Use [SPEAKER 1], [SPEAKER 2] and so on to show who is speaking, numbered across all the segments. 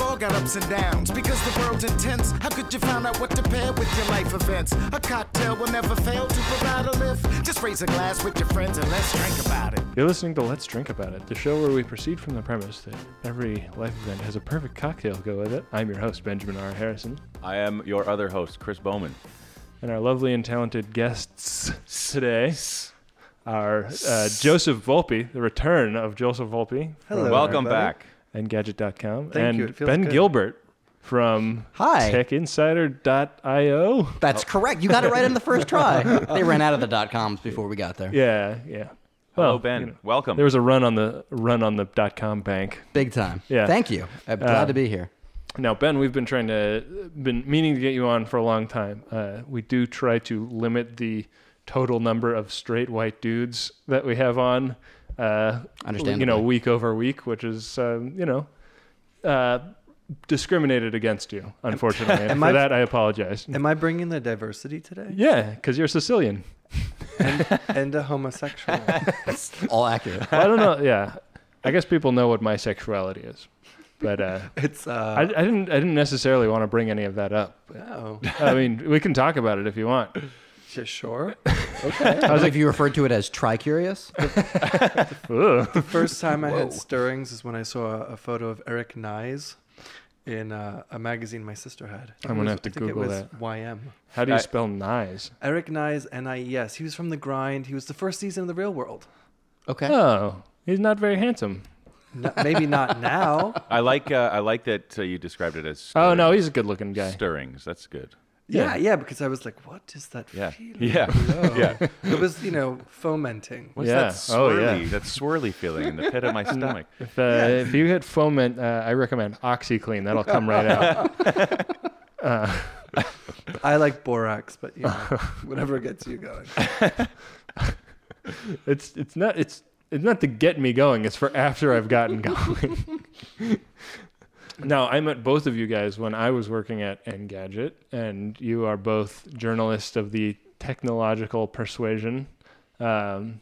[SPEAKER 1] all got ups and downs because the world's intense. How could you find out what to pair with your life events? A cocktail will never fail to provide a lift. Just raise a glass with your friends and let's drink about it.
[SPEAKER 2] You're listening to Let's Drink About It, the show where we proceed from the premise that every life event has a perfect cocktail to go with it. I'm your host, Benjamin R. Harrison,
[SPEAKER 3] I am your other host, Chris Bowman.
[SPEAKER 2] and our lovely and talented guests today are uh, Joseph Volpe, the return of Joseph Volpe
[SPEAKER 4] Hello,
[SPEAKER 3] Welcome
[SPEAKER 4] everybody.
[SPEAKER 3] back.
[SPEAKER 2] and Gadget.com,
[SPEAKER 4] Thank
[SPEAKER 2] and
[SPEAKER 4] you, it feels
[SPEAKER 2] Ben
[SPEAKER 4] good.
[SPEAKER 2] Gilbert from
[SPEAKER 5] Hi.
[SPEAKER 2] TechInsider.io.
[SPEAKER 5] That's correct. You got it right on the first try. Oh. They ran out of the dot coms before we got there.
[SPEAKER 2] Yeah, yeah.
[SPEAKER 3] Hello,
[SPEAKER 2] Well,
[SPEAKER 3] Ben.
[SPEAKER 2] you know,
[SPEAKER 3] Welcome.
[SPEAKER 2] there was a run on the run on the dot com bank.
[SPEAKER 5] Big time.
[SPEAKER 2] Yeah.
[SPEAKER 5] Thank you. I'm glad to be here.
[SPEAKER 2] Now, Ben, we've been trying to, been meaning to get you on for a long time. Uh, we do try to limit the total number of straight white dudes that we have on. Uh, You know,
[SPEAKER 5] Understandably.
[SPEAKER 2] week over week, which is, um, you know, uh, discriminated against you, unfortunately. and
[SPEAKER 4] am
[SPEAKER 2] for
[SPEAKER 4] I-
[SPEAKER 2] that, I apologize.
[SPEAKER 4] Am I bringing the diversity today?
[SPEAKER 2] yeah, because you're Sicilian.
[SPEAKER 4] And a homosexual.
[SPEAKER 5] All accurate.
[SPEAKER 2] I don't know. Yeah, I guess people know what my sexuality is, but uh,
[SPEAKER 4] it's
[SPEAKER 2] I, I
[SPEAKER 4] uh.
[SPEAKER 2] didn't. I didn't necessarily want to bring any of that up.
[SPEAKER 4] oh,
[SPEAKER 2] I mean, we can talk about it if you want.
[SPEAKER 4] yeah, sure.
[SPEAKER 5] I was if you referred to it as tricurious.
[SPEAKER 2] Ugh.
[SPEAKER 4] The first time I had stirrings is when I saw a, a photo of Eric Nyes in uh, a magazine my sister had.
[SPEAKER 2] I'm gonna
[SPEAKER 4] It was-
[SPEAKER 2] have to
[SPEAKER 4] I think
[SPEAKER 2] Google
[SPEAKER 4] it was
[SPEAKER 2] that.
[SPEAKER 4] YM.
[SPEAKER 2] How do you
[SPEAKER 3] I-
[SPEAKER 2] spell knives?
[SPEAKER 4] Eric Nyes, N-I-E-S. He was from The Grind. He was the first season of The Real World.
[SPEAKER 5] Okay.
[SPEAKER 2] Oh, he's not very handsome.
[SPEAKER 4] N- maybe not now.
[SPEAKER 3] I like uh, I like that uh, you described it as
[SPEAKER 2] Oh no,
[SPEAKER 3] stirring-
[SPEAKER 2] he's a good-looking guy.
[SPEAKER 3] stirrings. That's good.
[SPEAKER 2] Yeah.
[SPEAKER 4] Yeah, yeah, because I was like, what is that
[SPEAKER 3] Yeah,
[SPEAKER 4] feeling?
[SPEAKER 3] yeah,
[SPEAKER 4] Oh.
[SPEAKER 3] yeah.
[SPEAKER 4] It was, you know, fomenting.
[SPEAKER 3] What's
[SPEAKER 2] Yeah.
[SPEAKER 3] that
[SPEAKER 2] Oh,
[SPEAKER 3] swirly?
[SPEAKER 2] yeah.
[SPEAKER 3] That swirly feeling in the pit of my stomach.
[SPEAKER 2] If, uh, if you hit foment, uh, I recommend OxyClean. That'll come right out.
[SPEAKER 4] I like borax, but you know, whatever gets you going.
[SPEAKER 2] It's it's not it's it's not to get me going. It's for after I've gotten going. now I met both of you guys when I was working at Engadget, and you are both journalists of the technological persuasion. Um,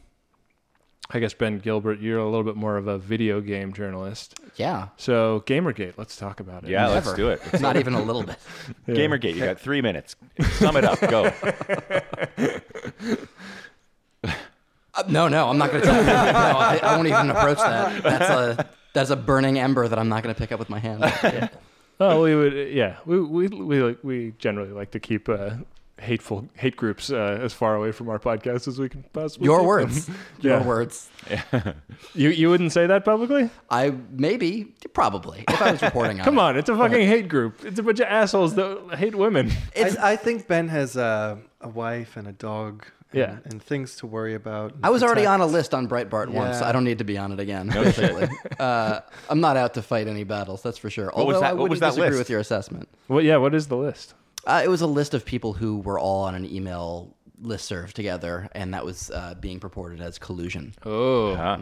[SPEAKER 2] I guess Ben Gilbert, you're a little bit more of a video game journalist.
[SPEAKER 5] Yeah.
[SPEAKER 2] So Gamergate, let's talk about it.
[SPEAKER 3] Yeah, let's
[SPEAKER 5] Never.
[SPEAKER 3] do it.
[SPEAKER 5] Not even a little bit.
[SPEAKER 2] Yeah.
[SPEAKER 3] Gamergate, you got three minutes. Sum it up. Go. Uh-huh.
[SPEAKER 5] Uh, no, no, I'm not going to tell you. No, I, I won't even approach that. That's a that's a burning ember that I'm not going to pick up with my hand.
[SPEAKER 2] Oh, we would. Yeah, we we we like we generally like to keep uh, hateful hate groups uh, as far away from our podcast as we can possibly.
[SPEAKER 5] Your
[SPEAKER 2] keep
[SPEAKER 5] words.
[SPEAKER 2] them.
[SPEAKER 5] Your
[SPEAKER 2] Yeah.
[SPEAKER 5] words.
[SPEAKER 2] You you wouldn't say that publicly?
[SPEAKER 5] I maybe probably if I was reporting on
[SPEAKER 2] Come
[SPEAKER 5] it.
[SPEAKER 2] on, it's a fucking hate group. It's a bunch of assholes that hate women.
[SPEAKER 4] I, I think Ben has a, a wife and a dog. And,
[SPEAKER 2] Yeah.
[SPEAKER 4] and things to worry about. and
[SPEAKER 5] I was already
[SPEAKER 4] protect.
[SPEAKER 5] on a list on Breitbart once.
[SPEAKER 4] Yeah.
[SPEAKER 5] I don't need to be on it again. basically. uh, I'm not out to fight any battles, that's for sure. Although
[SPEAKER 3] was that-
[SPEAKER 5] I
[SPEAKER 3] what
[SPEAKER 5] wouldn't
[SPEAKER 3] was that
[SPEAKER 5] disagree
[SPEAKER 3] list?
[SPEAKER 5] with your assessment.
[SPEAKER 2] Well, yeah. What is the list?
[SPEAKER 5] Uh, it was a list of people who were all on an email listserv together, and that was uh, being purported as collusion.
[SPEAKER 2] Oh,
[SPEAKER 3] Huh.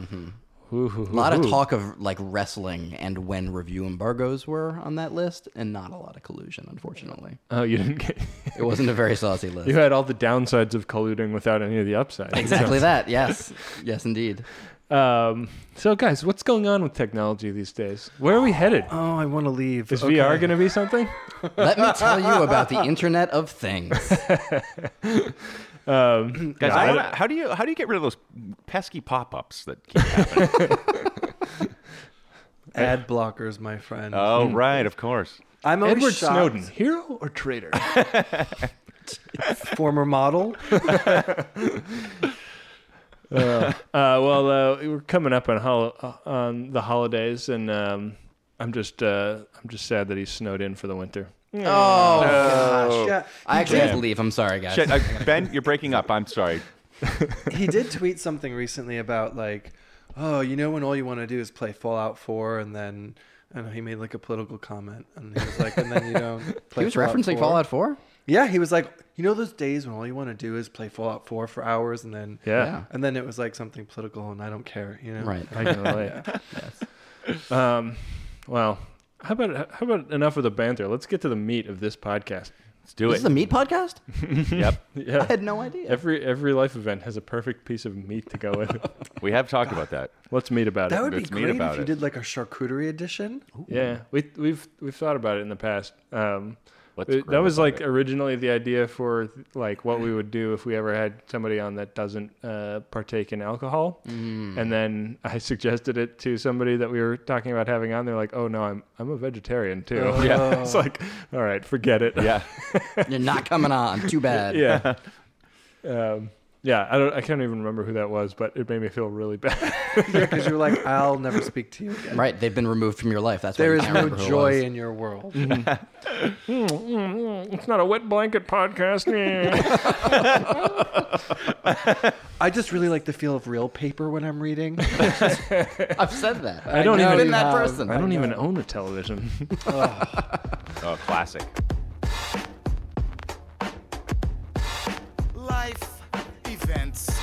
[SPEAKER 5] A lot of talk of like wrestling and when review embargoes were on that list, and not a lot of collusion, unfortunately.
[SPEAKER 2] Oh, you didn't get.
[SPEAKER 5] It wasn't a very saucy
[SPEAKER 2] You
[SPEAKER 5] list.
[SPEAKER 2] had all the downsides of colluding without any of the upsides.
[SPEAKER 5] Exactly that. Yes. Yes, indeed.
[SPEAKER 2] Um, so, guys, what's going on with technology these days? Where are we headed?
[SPEAKER 4] Oh, I want to leave.
[SPEAKER 2] Is
[SPEAKER 4] Okay.
[SPEAKER 2] VR going to be something?
[SPEAKER 5] Let me tell you about the Internet of Things.
[SPEAKER 2] Um,
[SPEAKER 3] Guys,
[SPEAKER 2] no,
[SPEAKER 3] I
[SPEAKER 2] I-
[SPEAKER 3] don't know- how do you how do you get rid of those pesky pop ups that keep happening?
[SPEAKER 4] Ad blockers, my friend.
[SPEAKER 3] oh right, of course.
[SPEAKER 4] I'm always
[SPEAKER 2] Edward
[SPEAKER 4] shocked.
[SPEAKER 2] Snowden, hero or traitor?
[SPEAKER 4] former model.
[SPEAKER 2] uh, well, uh, we're coming up on hol- uh, on the holidays, and um, I'm just uh, I'm just sad that he's snowed in for the winter.
[SPEAKER 5] Oh,
[SPEAKER 4] Gosh, yeah.
[SPEAKER 5] I actually have to
[SPEAKER 3] Damn.
[SPEAKER 5] leave. I'm sorry, guys.
[SPEAKER 3] Shit, uh, ben, you're breaking up. I'm sorry.
[SPEAKER 4] he did tweet something recently about like, oh, you know when all you want to do is play Fallout 4 and then I don't know, he made like a political comment and he was like, and then you know, play
[SPEAKER 5] he was referencing Fallout 4?
[SPEAKER 4] Yeah, he was like, you know those days when all you want to do is play Fallout 4 for hours and then
[SPEAKER 2] Yeah,
[SPEAKER 4] and then it was like something political and I don't care, you know.
[SPEAKER 5] Right.
[SPEAKER 2] I can relate. Um, well, how about how about enough of the banter? Let's get to the meat of this podcast.
[SPEAKER 3] Let's do
[SPEAKER 5] this
[SPEAKER 3] it.
[SPEAKER 5] is a meat podcast?
[SPEAKER 3] yep.
[SPEAKER 5] I
[SPEAKER 2] Yeah.
[SPEAKER 5] had no idea.
[SPEAKER 2] Every every life event has a perfect piece of meat to go with. it.
[SPEAKER 3] We have talked about that.
[SPEAKER 2] Let's meet about
[SPEAKER 4] That
[SPEAKER 2] it.
[SPEAKER 4] would be
[SPEAKER 3] Let's meet
[SPEAKER 4] great if
[SPEAKER 3] about
[SPEAKER 4] you
[SPEAKER 3] it.
[SPEAKER 4] did like a charcuterie edition.
[SPEAKER 2] Yeah, we we've we've thought about it in the past. Um,
[SPEAKER 3] Let's
[SPEAKER 2] it- that
[SPEAKER 3] grill
[SPEAKER 2] was
[SPEAKER 3] about
[SPEAKER 2] like
[SPEAKER 3] it.
[SPEAKER 2] originally the idea for like what we would do if we ever had somebody on that doesn't uh, partake in alcohol. And then I suggested it to somebody that we were talking about having on. They're like, "Oh no, I'm I'm a vegetarian too."
[SPEAKER 3] Yeah.
[SPEAKER 2] it's like, all right, forget it.
[SPEAKER 3] Yeah.
[SPEAKER 5] You're not coming on. Too bad.
[SPEAKER 2] yeah. Um, yeah, I don't. I can't even remember who that was, but it made me feel really bad.
[SPEAKER 4] Yeah, because you're like, I'll never speak to you again.
[SPEAKER 5] Right. They've been removed from your life. That's why
[SPEAKER 4] There
[SPEAKER 5] you
[SPEAKER 4] is
[SPEAKER 5] can't
[SPEAKER 4] no
[SPEAKER 5] remember who it was.
[SPEAKER 4] joy in your world.
[SPEAKER 2] it's not a wet blanket podcast. Yeah.
[SPEAKER 4] I just really like the feel of real paper when I'm reading.
[SPEAKER 5] I've said that.
[SPEAKER 2] I don't even-
[SPEAKER 4] know
[SPEAKER 5] I've been
[SPEAKER 4] you
[SPEAKER 5] that
[SPEAKER 4] have.
[SPEAKER 5] person.
[SPEAKER 2] I don't e- even own a television.
[SPEAKER 3] Oh, classic.
[SPEAKER 1] Life events.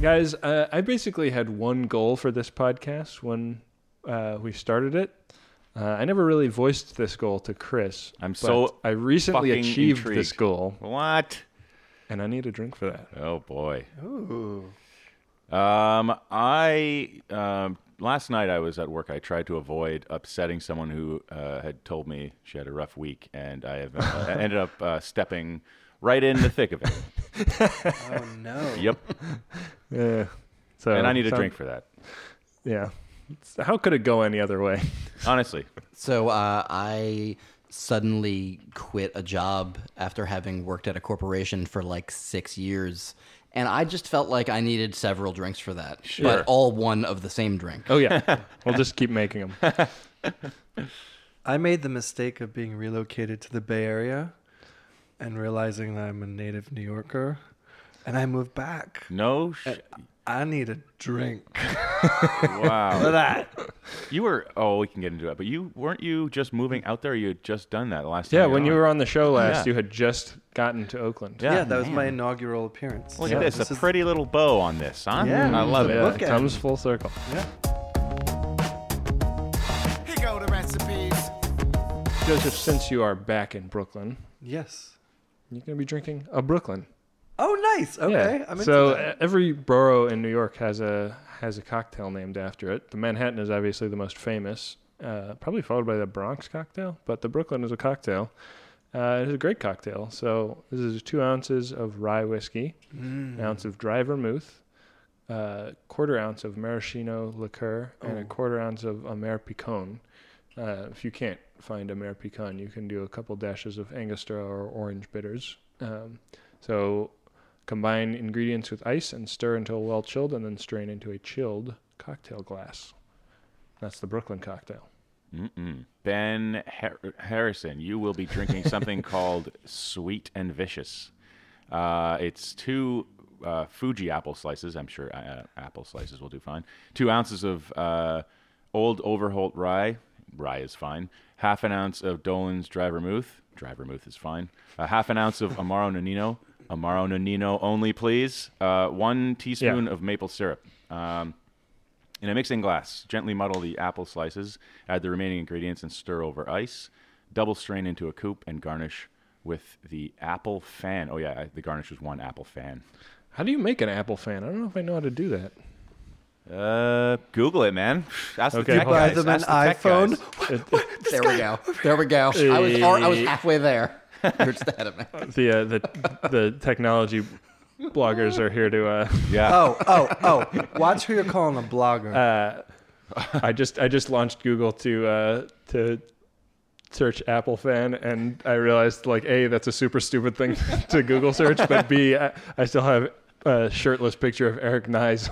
[SPEAKER 2] Guys, uh, I basically had one goal for this podcast when uh, we started it. Uh, I never really voiced this goal to Chris.
[SPEAKER 3] I'm
[SPEAKER 2] but
[SPEAKER 3] so
[SPEAKER 2] I recently
[SPEAKER 3] fucking
[SPEAKER 2] achieved this
[SPEAKER 3] intrigued.
[SPEAKER 2] goal,
[SPEAKER 3] What?
[SPEAKER 2] and I need a drink for that.
[SPEAKER 3] Oh boy.
[SPEAKER 4] Ooh.
[SPEAKER 3] Um, I um, last night I was at work. I tried to avoid upsetting someone who uh, had told me she had a rough week, and I have uh, ended up uh, stepping right in the thick of it.
[SPEAKER 4] Oh no.
[SPEAKER 3] Yep,
[SPEAKER 2] Yeah. So
[SPEAKER 3] and I need a
[SPEAKER 2] so-
[SPEAKER 3] drink for that.
[SPEAKER 2] Yeah. It's- How could it go any other way?
[SPEAKER 3] Honestly,
[SPEAKER 5] So uh, I suddenly quit a job after having worked at a corporation for like six years. And I just felt like I needed several drinks for that,
[SPEAKER 3] Sure.
[SPEAKER 5] but all one of the same drink.
[SPEAKER 2] Oh yeah, we'll just keep making them.
[SPEAKER 4] I made the mistake of being relocated to the Bay Area and realizing that I'm a native New Yorker and I moved back.
[SPEAKER 3] no. Sh-
[SPEAKER 4] Uh, I need a drink.
[SPEAKER 3] wow,
[SPEAKER 4] that.
[SPEAKER 3] you were. Oh, we can get into that. But you weren't you just moving out there? You had just done that last.
[SPEAKER 2] Yeah,
[SPEAKER 3] time
[SPEAKER 2] when you were on the show last,
[SPEAKER 3] Yeah.
[SPEAKER 2] you had just gotten to Oakland.
[SPEAKER 4] Yeah,
[SPEAKER 3] Yeah,
[SPEAKER 4] that was my inaugural appearance.
[SPEAKER 3] Look
[SPEAKER 4] Yeah,
[SPEAKER 3] at this, a
[SPEAKER 4] is-
[SPEAKER 3] pretty little bow on this, huh?
[SPEAKER 4] Yeah.
[SPEAKER 3] I love it.
[SPEAKER 2] Yeah,
[SPEAKER 4] Look
[SPEAKER 2] it
[SPEAKER 4] at
[SPEAKER 2] comes full circle.
[SPEAKER 1] Here go the recipes.
[SPEAKER 2] Joseph, since you are back in Brooklyn,
[SPEAKER 4] Yes.
[SPEAKER 2] you're gonna be drinking a Brooklyn.
[SPEAKER 4] Oh, nice. Okay. I'm into
[SPEAKER 2] so
[SPEAKER 4] that.
[SPEAKER 2] e- every borough in New York has a has a cocktail named after it. The Manhattan is obviously the most famous, uh, probably followed by the Bronx cocktail, but the Brooklyn is a cocktail. Uh, it is a great cocktail. So this is two ounces of rye whiskey,
[SPEAKER 4] Mm.
[SPEAKER 2] an ounce of dry vermouth, a uh, quarter ounce of maraschino liqueur, and a quarter ounce of Amerpicon. Uh, if you can't find Amerpicon, you can do a couple dashes of Angostura or orange bitters. Um, so Combine ingredients with ice and stir until well chilled, and then strain into a chilled cocktail glass. That's the Brooklyn cocktail.
[SPEAKER 3] Mm-mm. Ben Har- Harrison, you will be drinking something called Sweet and Vicious. Uh, it's two uh, Fuji apple slices. I'm sure uh, apple slices will do fine. Two ounces of uh, Old Overholt rye. Rye is fine. Half an ounce of Dolan's dry vermouth. Dry vermouth is fine. Uh, half an ounce of Amaro Nonino. Amaro Nonino only, please. Uh, one teaspoon of maple syrup. Um, in a mixing glass, gently muddle the apple slices, add the remaining ingredients, and stir over ice. Double strain into a coupe and garnish with the apple fan. Oh, yeah, I- the garnish was one apple fan.
[SPEAKER 2] How do you make an apple fan? I don't know if I know how to do that.
[SPEAKER 3] Uh, Google it, man. That's
[SPEAKER 2] Okay,
[SPEAKER 3] the tech
[SPEAKER 2] hold
[SPEAKER 4] Buy
[SPEAKER 3] guys.
[SPEAKER 4] them an
[SPEAKER 3] Ask the tech
[SPEAKER 4] iPhone.
[SPEAKER 3] guys.
[SPEAKER 5] There we go. There we go. I was, or I was halfway there. You're just ahead of me.
[SPEAKER 2] The uh, the the technology bloggers are here to. Uh,
[SPEAKER 3] Yeah.
[SPEAKER 4] Oh, oh, oh. Watch who you're calling a blogger.
[SPEAKER 2] uh, I just I just launched Google to uh, to search apple fan, and I realized like a that's a super stupid thing to Google search, but b I, I still have a shirtless picture of Eric Nyes.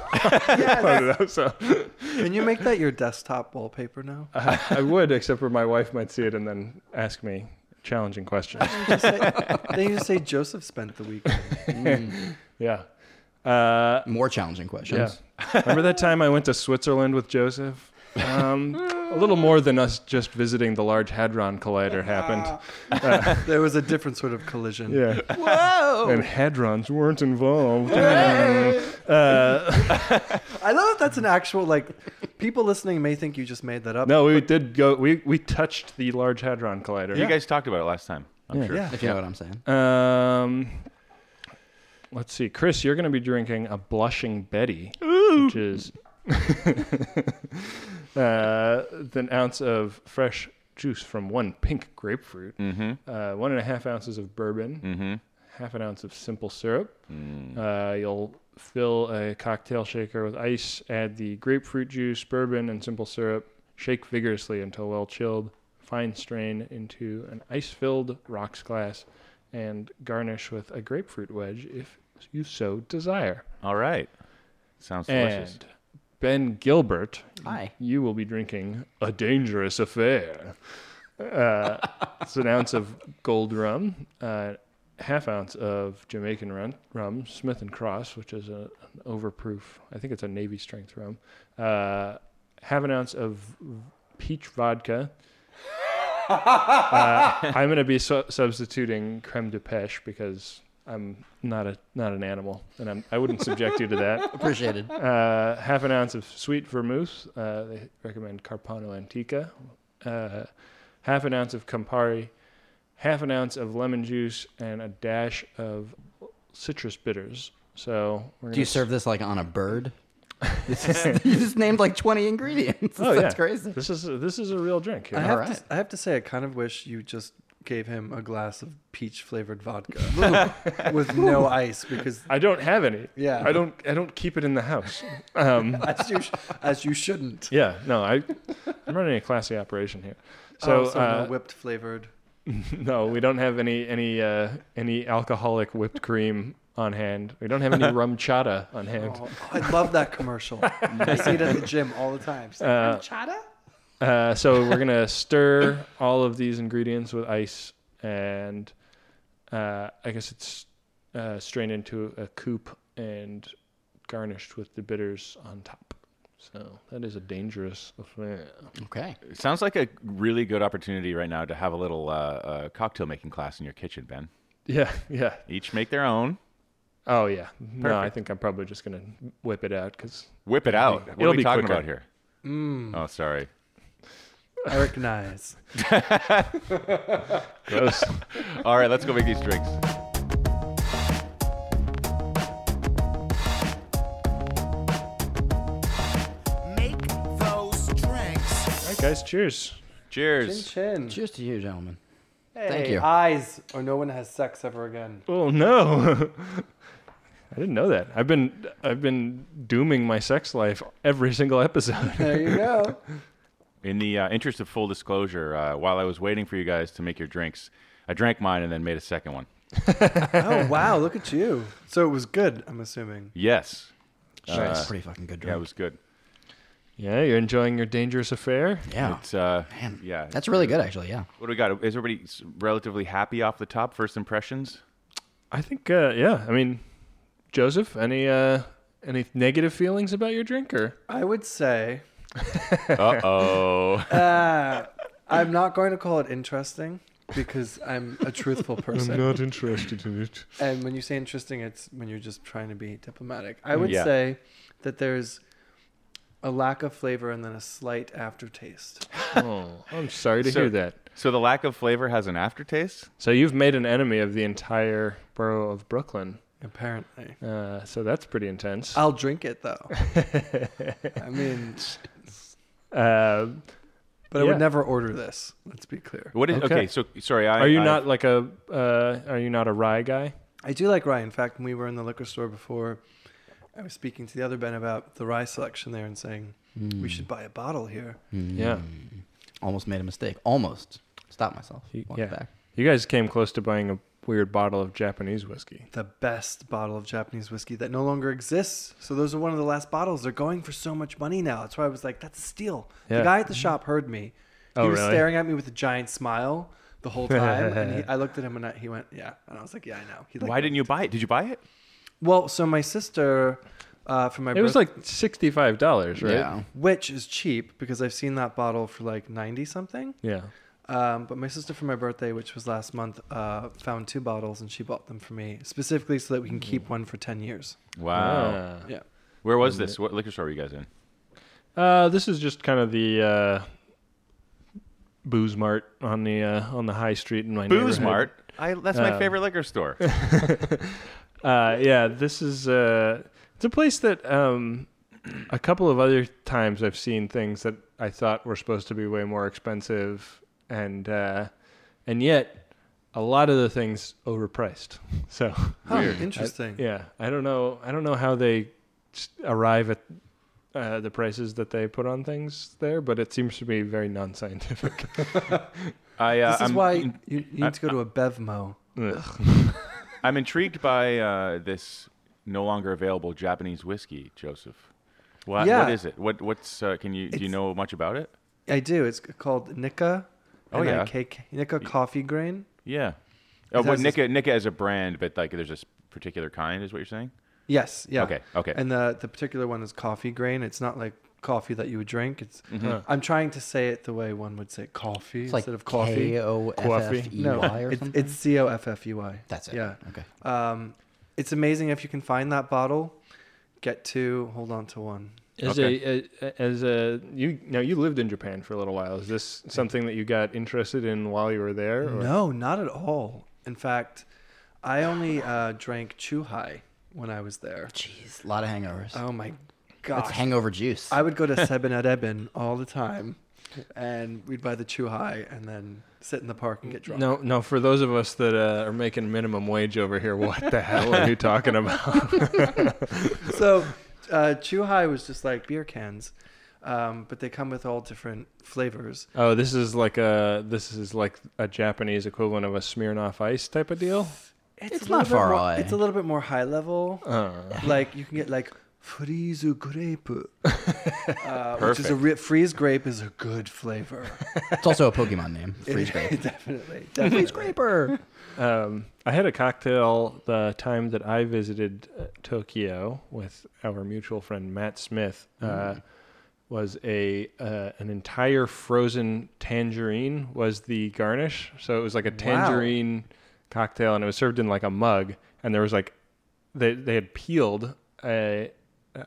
[SPEAKER 2] loaded up, so.
[SPEAKER 4] Can you make that your desktop wallpaper now?
[SPEAKER 2] I would, except for my wife might see it and then ask me challenging questions.
[SPEAKER 4] Just say, they just say Joseph spent the weekend.
[SPEAKER 2] yeah. Uh,
[SPEAKER 5] More challenging
[SPEAKER 2] yeah.
[SPEAKER 5] questions.
[SPEAKER 2] Remember that time I went to Switzerland with Joseph? Um, a little more than us just visiting the Large Hadron Collider happened.
[SPEAKER 4] There was a different sort of collision.
[SPEAKER 2] Yeah.
[SPEAKER 5] Whoa!
[SPEAKER 2] And hadrons weren't involved. uh,
[SPEAKER 4] I love that that's an actual like. People listening may think you just made that up.
[SPEAKER 2] no, we did go. We we touched the Large Hadron Collider.
[SPEAKER 3] You guys talked about it last time. I'm sure.
[SPEAKER 4] Yeah.
[SPEAKER 5] If you know what I'm saying.
[SPEAKER 2] Um, let's see, Chris, you're going to be drinking a blushing Betty, which is uh, an ounce of fresh juice from one pink grapefruit, uh, one and a half ounces of bourbon, half an ounce of simple syrup. Uh, you'll fill a cocktail shaker with ice, add the grapefruit juice, bourbon, and simple syrup. Shake vigorously until well chilled. Fine strain into an ice filled rocks glass and garnish with a grapefruit wedge if you so desire.
[SPEAKER 3] All right. Sounds delicious.
[SPEAKER 2] And Ben Gilbert,
[SPEAKER 5] Hi.
[SPEAKER 2] you will be drinking a dangerous affair. Uh, it's an ounce of gold rum, uh, half ounce of Jamaican rum, rum Smith and Cross, which is a, an overproof. I think it's a Navy strength rum. Uh, half an ounce of peach vodka. Uh, I'm going to be su- substituting creme de pêche because I'm not a not an animal, and I'm, I wouldn't subject you to that
[SPEAKER 5] Appreciated.
[SPEAKER 2] uh, half an ounce of sweet vermouth. Uh, they recommend Carpano Antica. Uh, half an ounce of Campari, half an ounce of lemon juice, and a dash of citrus bitters. So we're
[SPEAKER 5] Do you
[SPEAKER 2] gonna
[SPEAKER 5] serve this like on a bird? This is, you just named like 20 ingredients.
[SPEAKER 2] Oh,
[SPEAKER 5] That's
[SPEAKER 2] yeah.
[SPEAKER 5] crazy.
[SPEAKER 2] This is this is a real drink.
[SPEAKER 4] I
[SPEAKER 2] Here.
[SPEAKER 4] have,
[SPEAKER 5] Alright.
[SPEAKER 4] to, I have to say, I kind of wish you just gave him a glass of peach flavored vodka with no ice because
[SPEAKER 2] I don't have any.
[SPEAKER 4] Yeah.
[SPEAKER 2] I don't. I don't keep it in the house. Um,
[SPEAKER 4] as you, sh- as you shouldn't.
[SPEAKER 2] Yeah. No. I. I'm running a classy operation here. So,
[SPEAKER 4] oh, so
[SPEAKER 2] uh,
[SPEAKER 4] no whipped flavored.
[SPEAKER 2] No, we don't have any any uh, any alcoholic whipped cream on hand. We don't have any rum chata on hand.
[SPEAKER 4] Oh, I love that commercial. I see it at the gym all the time. It's like,
[SPEAKER 2] Uh, so we're gonna stir all of these ingredients with ice, and uh, I guess it's uh, strained into a coupe and garnished with the bitters on top. So that is a dangerous affair.
[SPEAKER 5] Okay.
[SPEAKER 3] It sounds like a really good opportunity right now to have a little uh, uh, cocktail making class in your kitchen, Ben.
[SPEAKER 2] Yeah, yeah.
[SPEAKER 3] Each make their own.
[SPEAKER 2] Oh yeah. No, I think I'm probably just gonna whip it out because
[SPEAKER 3] Whip it out. What
[SPEAKER 2] It'll
[SPEAKER 3] are we
[SPEAKER 2] be
[SPEAKER 3] talking
[SPEAKER 2] quicker. Mm.
[SPEAKER 3] about here? Oh, sorry.
[SPEAKER 4] I recognize.
[SPEAKER 2] gross.
[SPEAKER 3] All right, let's go make these drinks.
[SPEAKER 1] Make those drinks.
[SPEAKER 2] all right, guys. Cheers.
[SPEAKER 4] Chin
[SPEAKER 3] Cheers.
[SPEAKER 4] chin.
[SPEAKER 5] Cheers to you, gentlemen.
[SPEAKER 4] Hey,
[SPEAKER 5] Thank you.
[SPEAKER 4] Eyes, or no one has sex ever again.
[SPEAKER 2] Oh no. I didn't know that. I've been I've been dooming my sex life every single episode.
[SPEAKER 4] There you go.
[SPEAKER 3] In the uh, interest of full disclosure, uh, while I was waiting for you guys to make your drinks, I drank mine and then made a second one.
[SPEAKER 4] oh wow, look at you. So it was good. I'm assuming.
[SPEAKER 3] Yes.
[SPEAKER 4] Uh,
[SPEAKER 5] That's pretty fucking good
[SPEAKER 3] Yeah, it
[SPEAKER 5] drink.
[SPEAKER 3] was good.
[SPEAKER 2] Yeah, you're enjoying your dangerous affair.
[SPEAKER 5] Yeah.
[SPEAKER 3] It's, uh,
[SPEAKER 5] Man,
[SPEAKER 3] yeah.
[SPEAKER 5] That's really good, actually. Yeah.
[SPEAKER 3] What do we got? Is everybody s- relatively happy off the top? First impressions?
[SPEAKER 2] I think uh, yeah, I mean Joseph, any uh any negative feelings about your drink or
[SPEAKER 4] I would say
[SPEAKER 3] Uh oh.
[SPEAKER 4] uh, I'm not going to call it interesting because I'm a truthful person.
[SPEAKER 2] interested in it.
[SPEAKER 4] And when you say interesting, it's when you're just trying to be diplomatic. I would
[SPEAKER 3] Yeah.
[SPEAKER 4] say that there's a lack of flavor and then a slight aftertaste.
[SPEAKER 2] Oh, I'm sorry to
[SPEAKER 3] So-
[SPEAKER 2] hear that.
[SPEAKER 3] so the lack of flavor has an aftertaste?
[SPEAKER 2] So you've made an enemy of the entire borough of Brooklyn.
[SPEAKER 4] Apparently,
[SPEAKER 2] Uh, so that's pretty intense.
[SPEAKER 3] Uh,
[SPEAKER 4] I'll drink it though. I mean,
[SPEAKER 2] Uh,
[SPEAKER 4] but I
[SPEAKER 2] Yeah.
[SPEAKER 4] would never order this. Let's be clear.
[SPEAKER 3] What is okay?
[SPEAKER 2] Okay.
[SPEAKER 3] so sorry, I
[SPEAKER 2] are you
[SPEAKER 3] I-
[SPEAKER 2] not like a uh, are you not a rye guy?
[SPEAKER 4] I do like rye. In fact, when we were in the liquor store before, I was speaking to the other Ben about the rye selection there and saying we should buy a bottle here.
[SPEAKER 2] Yeah.
[SPEAKER 5] Mm-hmm. Almost made a mistake. Almost. Stop myself. Walk
[SPEAKER 2] yeah.
[SPEAKER 5] back.
[SPEAKER 2] You guys came close to buying a weird bottle of Japanese whiskey.
[SPEAKER 4] The best bottle of Japanese whiskey that no longer exists. So those are one of the last bottles. They're going for so much money now. That's why I was like, that's a steal.
[SPEAKER 2] Yeah.
[SPEAKER 4] The guy at the shop heard me. He
[SPEAKER 2] Oh,
[SPEAKER 4] was
[SPEAKER 2] really?
[SPEAKER 4] staring at me with a giant smile the whole time, and he, I looked at him and I, he went, "Yeah," and I was like, "Yeah, I know." He like,
[SPEAKER 3] Why didn't you buy it? Did you buy it?
[SPEAKER 4] Well, so my sister uh, from my
[SPEAKER 2] It was
[SPEAKER 4] birth-
[SPEAKER 2] like sixty five dollars, right?
[SPEAKER 5] Yeah.
[SPEAKER 4] which is cheap because I've seen that bottle for like ninety something.
[SPEAKER 2] Yeah.
[SPEAKER 4] Um, but my sister for my birthday, which was last month, uh, found two bottles and she bought them for me specifically so that we can
[SPEAKER 5] Mm-hmm.
[SPEAKER 4] keep one for ten years.
[SPEAKER 3] Wow.
[SPEAKER 2] Ah.
[SPEAKER 4] Yeah.
[SPEAKER 3] Where was this? What liquor store were you guys in?
[SPEAKER 2] Uh, this is just kind of the uh, Booze Mart on the uh, on the high street in my
[SPEAKER 3] Booze
[SPEAKER 2] neighborhood.
[SPEAKER 3] Mart. I, that's my
[SPEAKER 2] Um,
[SPEAKER 3] favorite liquor store.
[SPEAKER 2] Uh, yeah, this is uh, it's a place that um, a couple of other times I've seen things that I thought were supposed to be way more expensive, and uh, and yet a lot of the things overpriced. So
[SPEAKER 4] Huh,
[SPEAKER 3] Weird.
[SPEAKER 4] interesting.
[SPEAKER 2] yeah, I don't know. I don't know how they s- arrive at uh, the prices that they put on things there, but it seems to be very non-scientific.
[SPEAKER 3] I, uh,
[SPEAKER 4] This is
[SPEAKER 3] I'm,
[SPEAKER 4] why you you need to go to a Bevmo.
[SPEAKER 2] Ugh.
[SPEAKER 3] I'm intrigued by uh, this no longer available Japanese whiskey, Joseph. What,
[SPEAKER 4] Yeah.
[SPEAKER 3] what is it? What what's uh, can you do you
[SPEAKER 4] It's-
[SPEAKER 3] know much about it?
[SPEAKER 4] I do. It's called Nika.
[SPEAKER 3] Oh, yeah.
[SPEAKER 4] N-I-K-K Nika coffee grain.
[SPEAKER 3] Yeah. Oh, well,
[SPEAKER 4] It has this-
[SPEAKER 3] Nika Nika as a brand, but like there's this particular kind, is what you're saying?
[SPEAKER 4] Yes. Yeah.
[SPEAKER 3] Okay, okay.
[SPEAKER 4] And the the particular one is coffee grain. It's not like coffee that you would drink. It's.
[SPEAKER 3] Mm-hmm.
[SPEAKER 4] I'm trying to say it the way one would say coffee
[SPEAKER 5] It's like
[SPEAKER 4] instead of coffee.
[SPEAKER 5] K O F E. F E Y or
[SPEAKER 4] it's,
[SPEAKER 5] something.
[SPEAKER 4] it's C O F F U I.
[SPEAKER 5] That's it.
[SPEAKER 4] Yeah.
[SPEAKER 5] Okay.
[SPEAKER 4] Um, it's amazing if you can find that bottle. Get two. Hold on to one.
[SPEAKER 2] As a, a as a you now you lived in Japan for a little while. Is this something that you got interested in while you were there? or-
[SPEAKER 4] No, not at all. In fact, I only uh, drank Chuhai when I was there.
[SPEAKER 5] Jeez, a lot of hangovers.
[SPEAKER 4] Oh my
[SPEAKER 5] That's
[SPEAKER 4] gosh.
[SPEAKER 5] hangover juice.
[SPEAKER 4] I would go to Sebin at Eben all the time, and we'd buy the Chuhai and then sit in the park and get drunk.
[SPEAKER 2] No, no. For those of us that uh, are making minimum wage over here, what the hell are you talking about?
[SPEAKER 4] So uh, Chuhai was just like beer cans, um, but they come with all different flavors.
[SPEAKER 2] Oh, this is like a this is like a Japanese equivalent of a Smirnoff Ice type of deal.
[SPEAKER 5] It's
[SPEAKER 4] a
[SPEAKER 5] not
[SPEAKER 4] little bit
[SPEAKER 5] far
[SPEAKER 4] more-
[SPEAKER 5] away.
[SPEAKER 4] It's a little bit more high level.
[SPEAKER 2] Uh,
[SPEAKER 4] like you can get like freeze grape, uh, which is
[SPEAKER 3] Perfect.
[SPEAKER 4] a re- freeze grape is a good flavor.
[SPEAKER 5] it's also a Pokemon name. Freeze
[SPEAKER 4] It-
[SPEAKER 5] grape.
[SPEAKER 4] definitely,
[SPEAKER 5] Freeze
[SPEAKER 4] definitely.
[SPEAKER 5] graper.
[SPEAKER 2] um, I had a cocktail the time that I visited uh, Tokyo with our mutual friend Matt Smith. Uh, Was a uh, an entire frozen tangerine was the garnish, so it was like a tangerine cocktail, and it was served in like a mug, and there was like they they had peeled a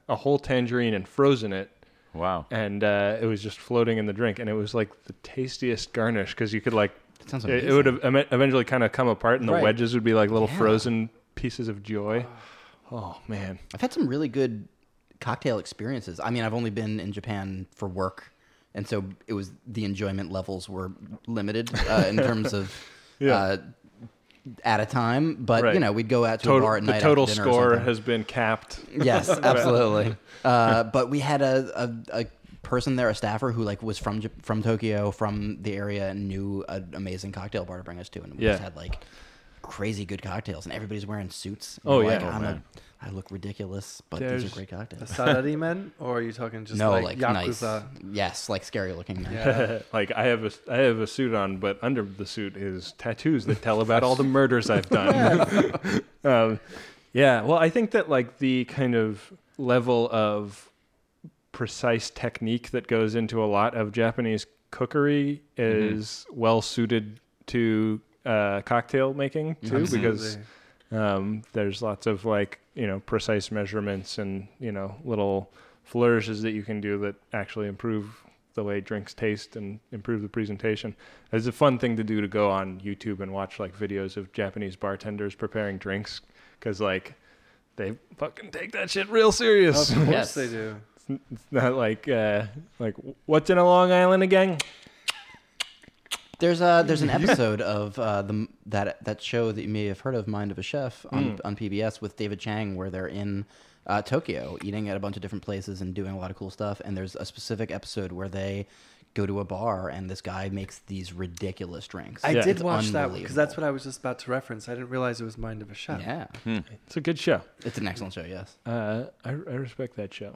[SPEAKER 2] a whole tangerine and frozen it,
[SPEAKER 3] Wow.
[SPEAKER 2] and uh, it was just floating in the drink, and it was like the tastiest garnish because you could like
[SPEAKER 5] That sounds
[SPEAKER 2] it,
[SPEAKER 5] amazing.
[SPEAKER 2] it would have em- eventually kind of come apart, and the
[SPEAKER 5] Right.
[SPEAKER 2] wedges would be like little
[SPEAKER 5] Yeah.
[SPEAKER 2] frozen pieces of joy. Oh man,
[SPEAKER 5] I've had some really good cocktail experiences. I mean, I've only been in Japan for work, and so it was the enjoyment levels were limited uh, in terms of uh, at a time. But
[SPEAKER 2] Right.
[SPEAKER 5] you know, we'd go out to a
[SPEAKER 2] total
[SPEAKER 5] bar at night.
[SPEAKER 2] the
[SPEAKER 5] after
[SPEAKER 2] total
[SPEAKER 5] dinner or
[SPEAKER 2] score
[SPEAKER 5] something.
[SPEAKER 2] has been capped.
[SPEAKER 5] Yes, absolutely. uh, but we had a, a, a person there, a staffer who like was from Jap- from Tokyo, from the area, and knew an amazing cocktail bar to bring us to, and we just
[SPEAKER 2] Yeah.
[SPEAKER 5] had like crazy good cocktails, and everybody's wearing suits.
[SPEAKER 2] Oh,
[SPEAKER 5] You're like,
[SPEAKER 2] yeah. Oh,
[SPEAKER 5] I'm a-
[SPEAKER 2] man.
[SPEAKER 5] I look ridiculous, but these
[SPEAKER 2] There's-
[SPEAKER 5] are great
[SPEAKER 4] A
[SPEAKER 5] cocktails.
[SPEAKER 4] Sararimen, or are you talking just
[SPEAKER 5] No,
[SPEAKER 4] like,
[SPEAKER 5] like, nice.
[SPEAKER 4] yakuza?
[SPEAKER 5] Yes, like scary looking. man.
[SPEAKER 2] like I have a I have a suit on, but under the suit is tattoos that tell about all the murders I've done. um, yeah, well, I think that like the kind of level of precise technique that goes into a lot of Japanese cookery is well suited to uh, cocktail making too, because
[SPEAKER 4] Absolutely.
[SPEAKER 2] um, there's lots of like you know precise measurements and you know little flourishes that you can do that actually improve the way drinks taste and improve the presentation. It's a fun thing to do to go on YouTube and watch like videos of Japanese bartenders preparing drinks because like they fucking take that shit real serious.
[SPEAKER 4] Of course
[SPEAKER 5] Yes.
[SPEAKER 4] they do.
[SPEAKER 2] It's not like uh, like what's in a Long Island again?
[SPEAKER 5] There's a there's an episode of uh, the that that show that you may have heard of, Mind of a Chef, on
[SPEAKER 4] Hmm.
[SPEAKER 5] on PBS with David Chang, where they're in uh, Tokyo eating at a bunch of different places and doing a lot of cool stuff. And there's a specific episode where they go to a bar and this guy makes these ridiculous drinks.
[SPEAKER 4] I
[SPEAKER 2] Yeah.
[SPEAKER 4] did
[SPEAKER 2] It's
[SPEAKER 4] watch that because that's
[SPEAKER 5] unbelievable.
[SPEAKER 4] what I was just about to reference. I didn't realize it was Mind of a Chef.
[SPEAKER 5] Yeah,
[SPEAKER 2] It's a good show.
[SPEAKER 5] it's an excellent show. Yes, Mm.
[SPEAKER 2] Uh, I, I respect that show.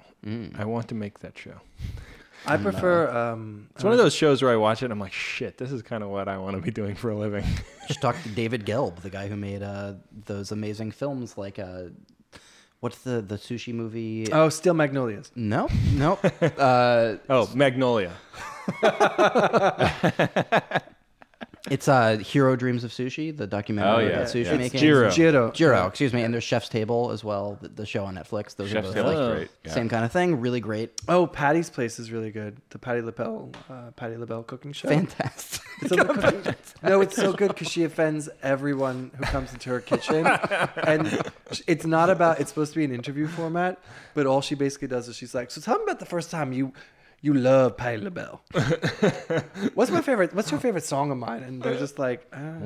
[SPEAKER 2] I want to make that show.
[SPEAKER 4] I prefer. Um,
[SPEAKER 2] It's one of those shows where I watch it and I'm like, shit, this is kind of what I want to be doing for a living.
[SPEAKER 5] You should talk to David Gelb, the guy who made uh, those amazing films like uh, what's the the sushi movie?
[SPEAKER 4] oh, Steel Magnolias.
[SPEAKER 5] No, no. Uh,
[SPEAKER 2] Oh, Magnolia.
[SPEAKER 5] It's uh, Hero Dreams of Sushi, the documentary
[SPEAKER 3] Oh, yeah,
[SPEAKER 5] about sushi
[SPEAKER 3] yeah. It's
[SPEAKER 5] making.
[SPEAKER 2] Jiro.
[SPEAKER 4] Jiro.
[SPEAKER 5] Jiro, excuse me, and there's Chef's Table as well, the, the show on Netflix. Those
[SPEAKER 3] Chef's
[SPEAKER 5] are both
[SPEAKER 3] Table's
[SPEAKER 5] like
[SPEAKER 3] great. Yeah.
[SPEAKER 5] Oh, same kind of thing. Really great,
[SPEAKER 4] Oh, Patty's Place is really good. The Patty LaBelle, uh, Patty LaBelle cooking show.
[SPEAKER 5] fantastic.
[SPEAKER 4] It's so good. no, it's so good because she offends everyone who comes into her kitchen, and sh- it's not about. It's supposed to be an interview format, but all she basically does is she's like, "So tell me about the first time you." You love Patti LaBelle. What's my favorite? What's your favorite song of mine? And they're just like, uh, mm,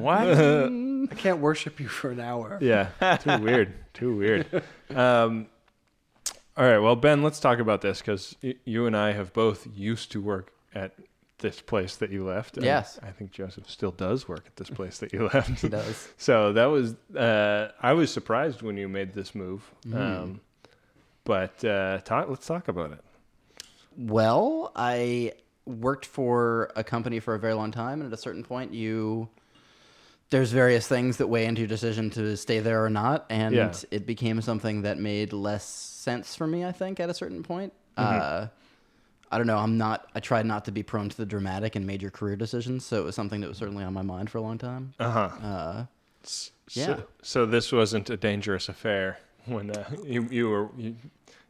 [SPEAKER 3] What?
[SPEAKER 4] I can't worship you for an hour.
[SPEAKER 2] Yeah, too weird. Too weird. Um, all right, well, Ben, let's talk about this because you and I have both used to work at this place that you left. and
[SPEAKER 5] Yes.
[SPEAKER 2] I think Joseph still does work at this place that you left.
[SPEAKER 5] He does.
[SPEAKER 2] So that was uh, I was surprised when you made this move.
[SPEAKER 5] Mm-hmm.
[SPEAKER 2] Um, but uh, talk, let's talk about it.
[SPEAKER 5] Well, I worked for a company for a very long time, and at a certain point, you there's various things that weigh into your decision to stay there or not, and
[SPEAKER 2] Yeah.
[SPEAKER 5] it became something that made less sense for me. I think at a certain point, uh, I don't know. I'm not. I tried not to be prone to the dramatic and major career decisions, so it was something that was certainly on my mind for a long time. yeah.
[SPEAKER 2] So, so this wasn't a dangerous affair when uh, you you were you,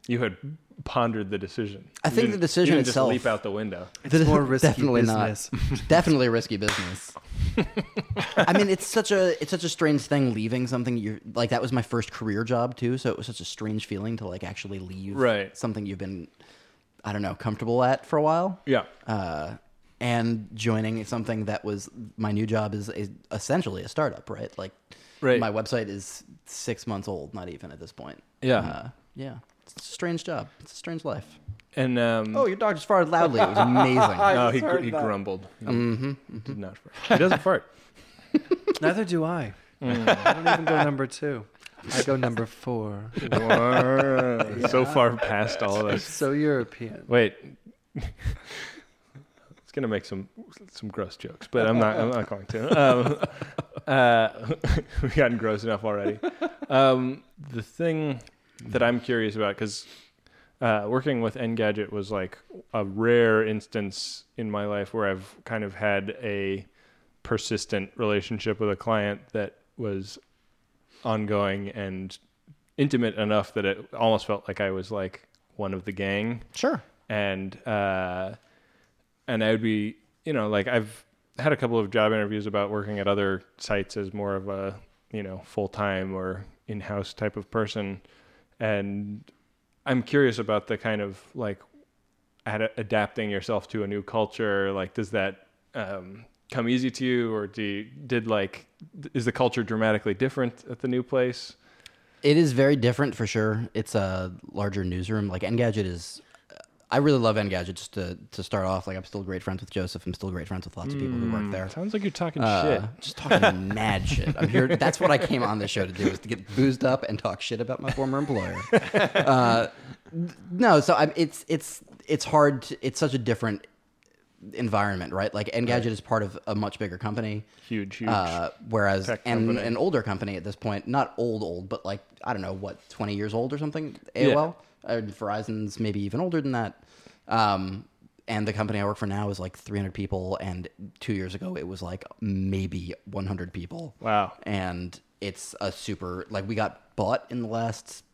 [SPEAKER 2] you had pondered the decision.
[SPEAKER 5] I
[SPEAKER 2] You
[SPEAKER 5] think the
[SPEAKER 2] didn't-
[SPEAKER 5] decision
[SPEAKER 2] you didn't
[SPEAKER 5] itself-
[SPEAKER 2] just leap out the window.
[SPEAKER 4] It's more risky
[SPEAKER 5] definitely
[SPEAKER 4] business.
[SPEAKER 5] not. definitely risky business. I mean, it's such a it's such a strange thing leaving something you like. That was my first career job too, so it was such a strange feeling to like actually leave
[SPEAKER 2] Right.
[SPEAKER 5] something you've been, I don't know, comfortable at for a while.
[SPEAKER 2] Yeah.
[SPEAKER 5] Uh, and joining something that was my new job is, is essentially a startup, right? Like,
[SPEAKER 2] Right.
[SPEAKER 5] my website is six months old, not even at this point.
[SPEAKER 2] Yeah.
[SPEAKER 5] uh, yeah. It's a strange job. It's a strange life.
[SPEAKER 2] And um,
[SPEAKER 5] Oh, your dog just farted loudly. It was amazing.
[SPEAKER 2] no, he, gr- he grumbled. He
[SPEAKER 5] Mm-hmm,
[SPEAKER 2] Did not fart. He doesn't fart.
[SPEAKER 4] Neither do I. I don't even go number two. I go number four.
[SPEAKER 2] Wow. So far past all of us.
[SPEAKER 4] So European.
[SPEAKER 2] Wait. It's gonna make some some gross jokes, but I'm not. I'm not going to. Um, uh, we've gotten gross enough already. Um, the thing that I'm curious about, because uh, working with Engadget was like a rare instance in my life where I've kind of had a persistent relationship with a client that was ongoing and intimate enough that it almost felt like I was like one of the gang
[SPEAKER 5] Sure.
[SPEAKER 2] and uh, and I would be, you know, like I've had a couple of job interviews about working at other sites as more of a, you know, full time or in house type of person, and I'm curious about the kind of like ad- adapting yourself to a new culture. Like, does that um, come easy to you, or do you, did like is the culture dramatically different at the new place?
[SPEAKER 5] It is very different for sure. It's a larger newsroom. Like Engadget is, uh, I really love Engadget. Just to to start off, like I'm still great friends with Joseph. I'm still great friends with lots of people who work there.
[SPEAKER 2] Sounds like you're talking
[SPEAKER 5] Uh,
[SPEAKER 2] shit.
[SPEAKER 5] Just talking mad shit. I'm here. That's what I came on this show to do: is to get boozed up and talk shit about my former employer. Uh, no, so I'm, it's it's it's hard. To, it's such a different environment, right? Like Engadget is part of a much bigger company.
[SPEAKER 2] Huge, huge.
[SPEAKER 5] Uh, whereas
[SPEAKER 2] tech
[SPEAKER 5] an,
[SPEAKER 2] company.
[SPEAKER 5] an older company at this point, not old old, but like I don't know what twenty years old or something.
[SPEAKER 2] Yeah.
[SPEAKER 5] AOL, Uh, Verizon's maybe even older than that. Um, and the company I work for now is like three hundred people, and two years ago it was like maybe one hundred people.
[SPEAKER 2] Wow.
[SPEAKER 5] And it's a super like we got bought in the last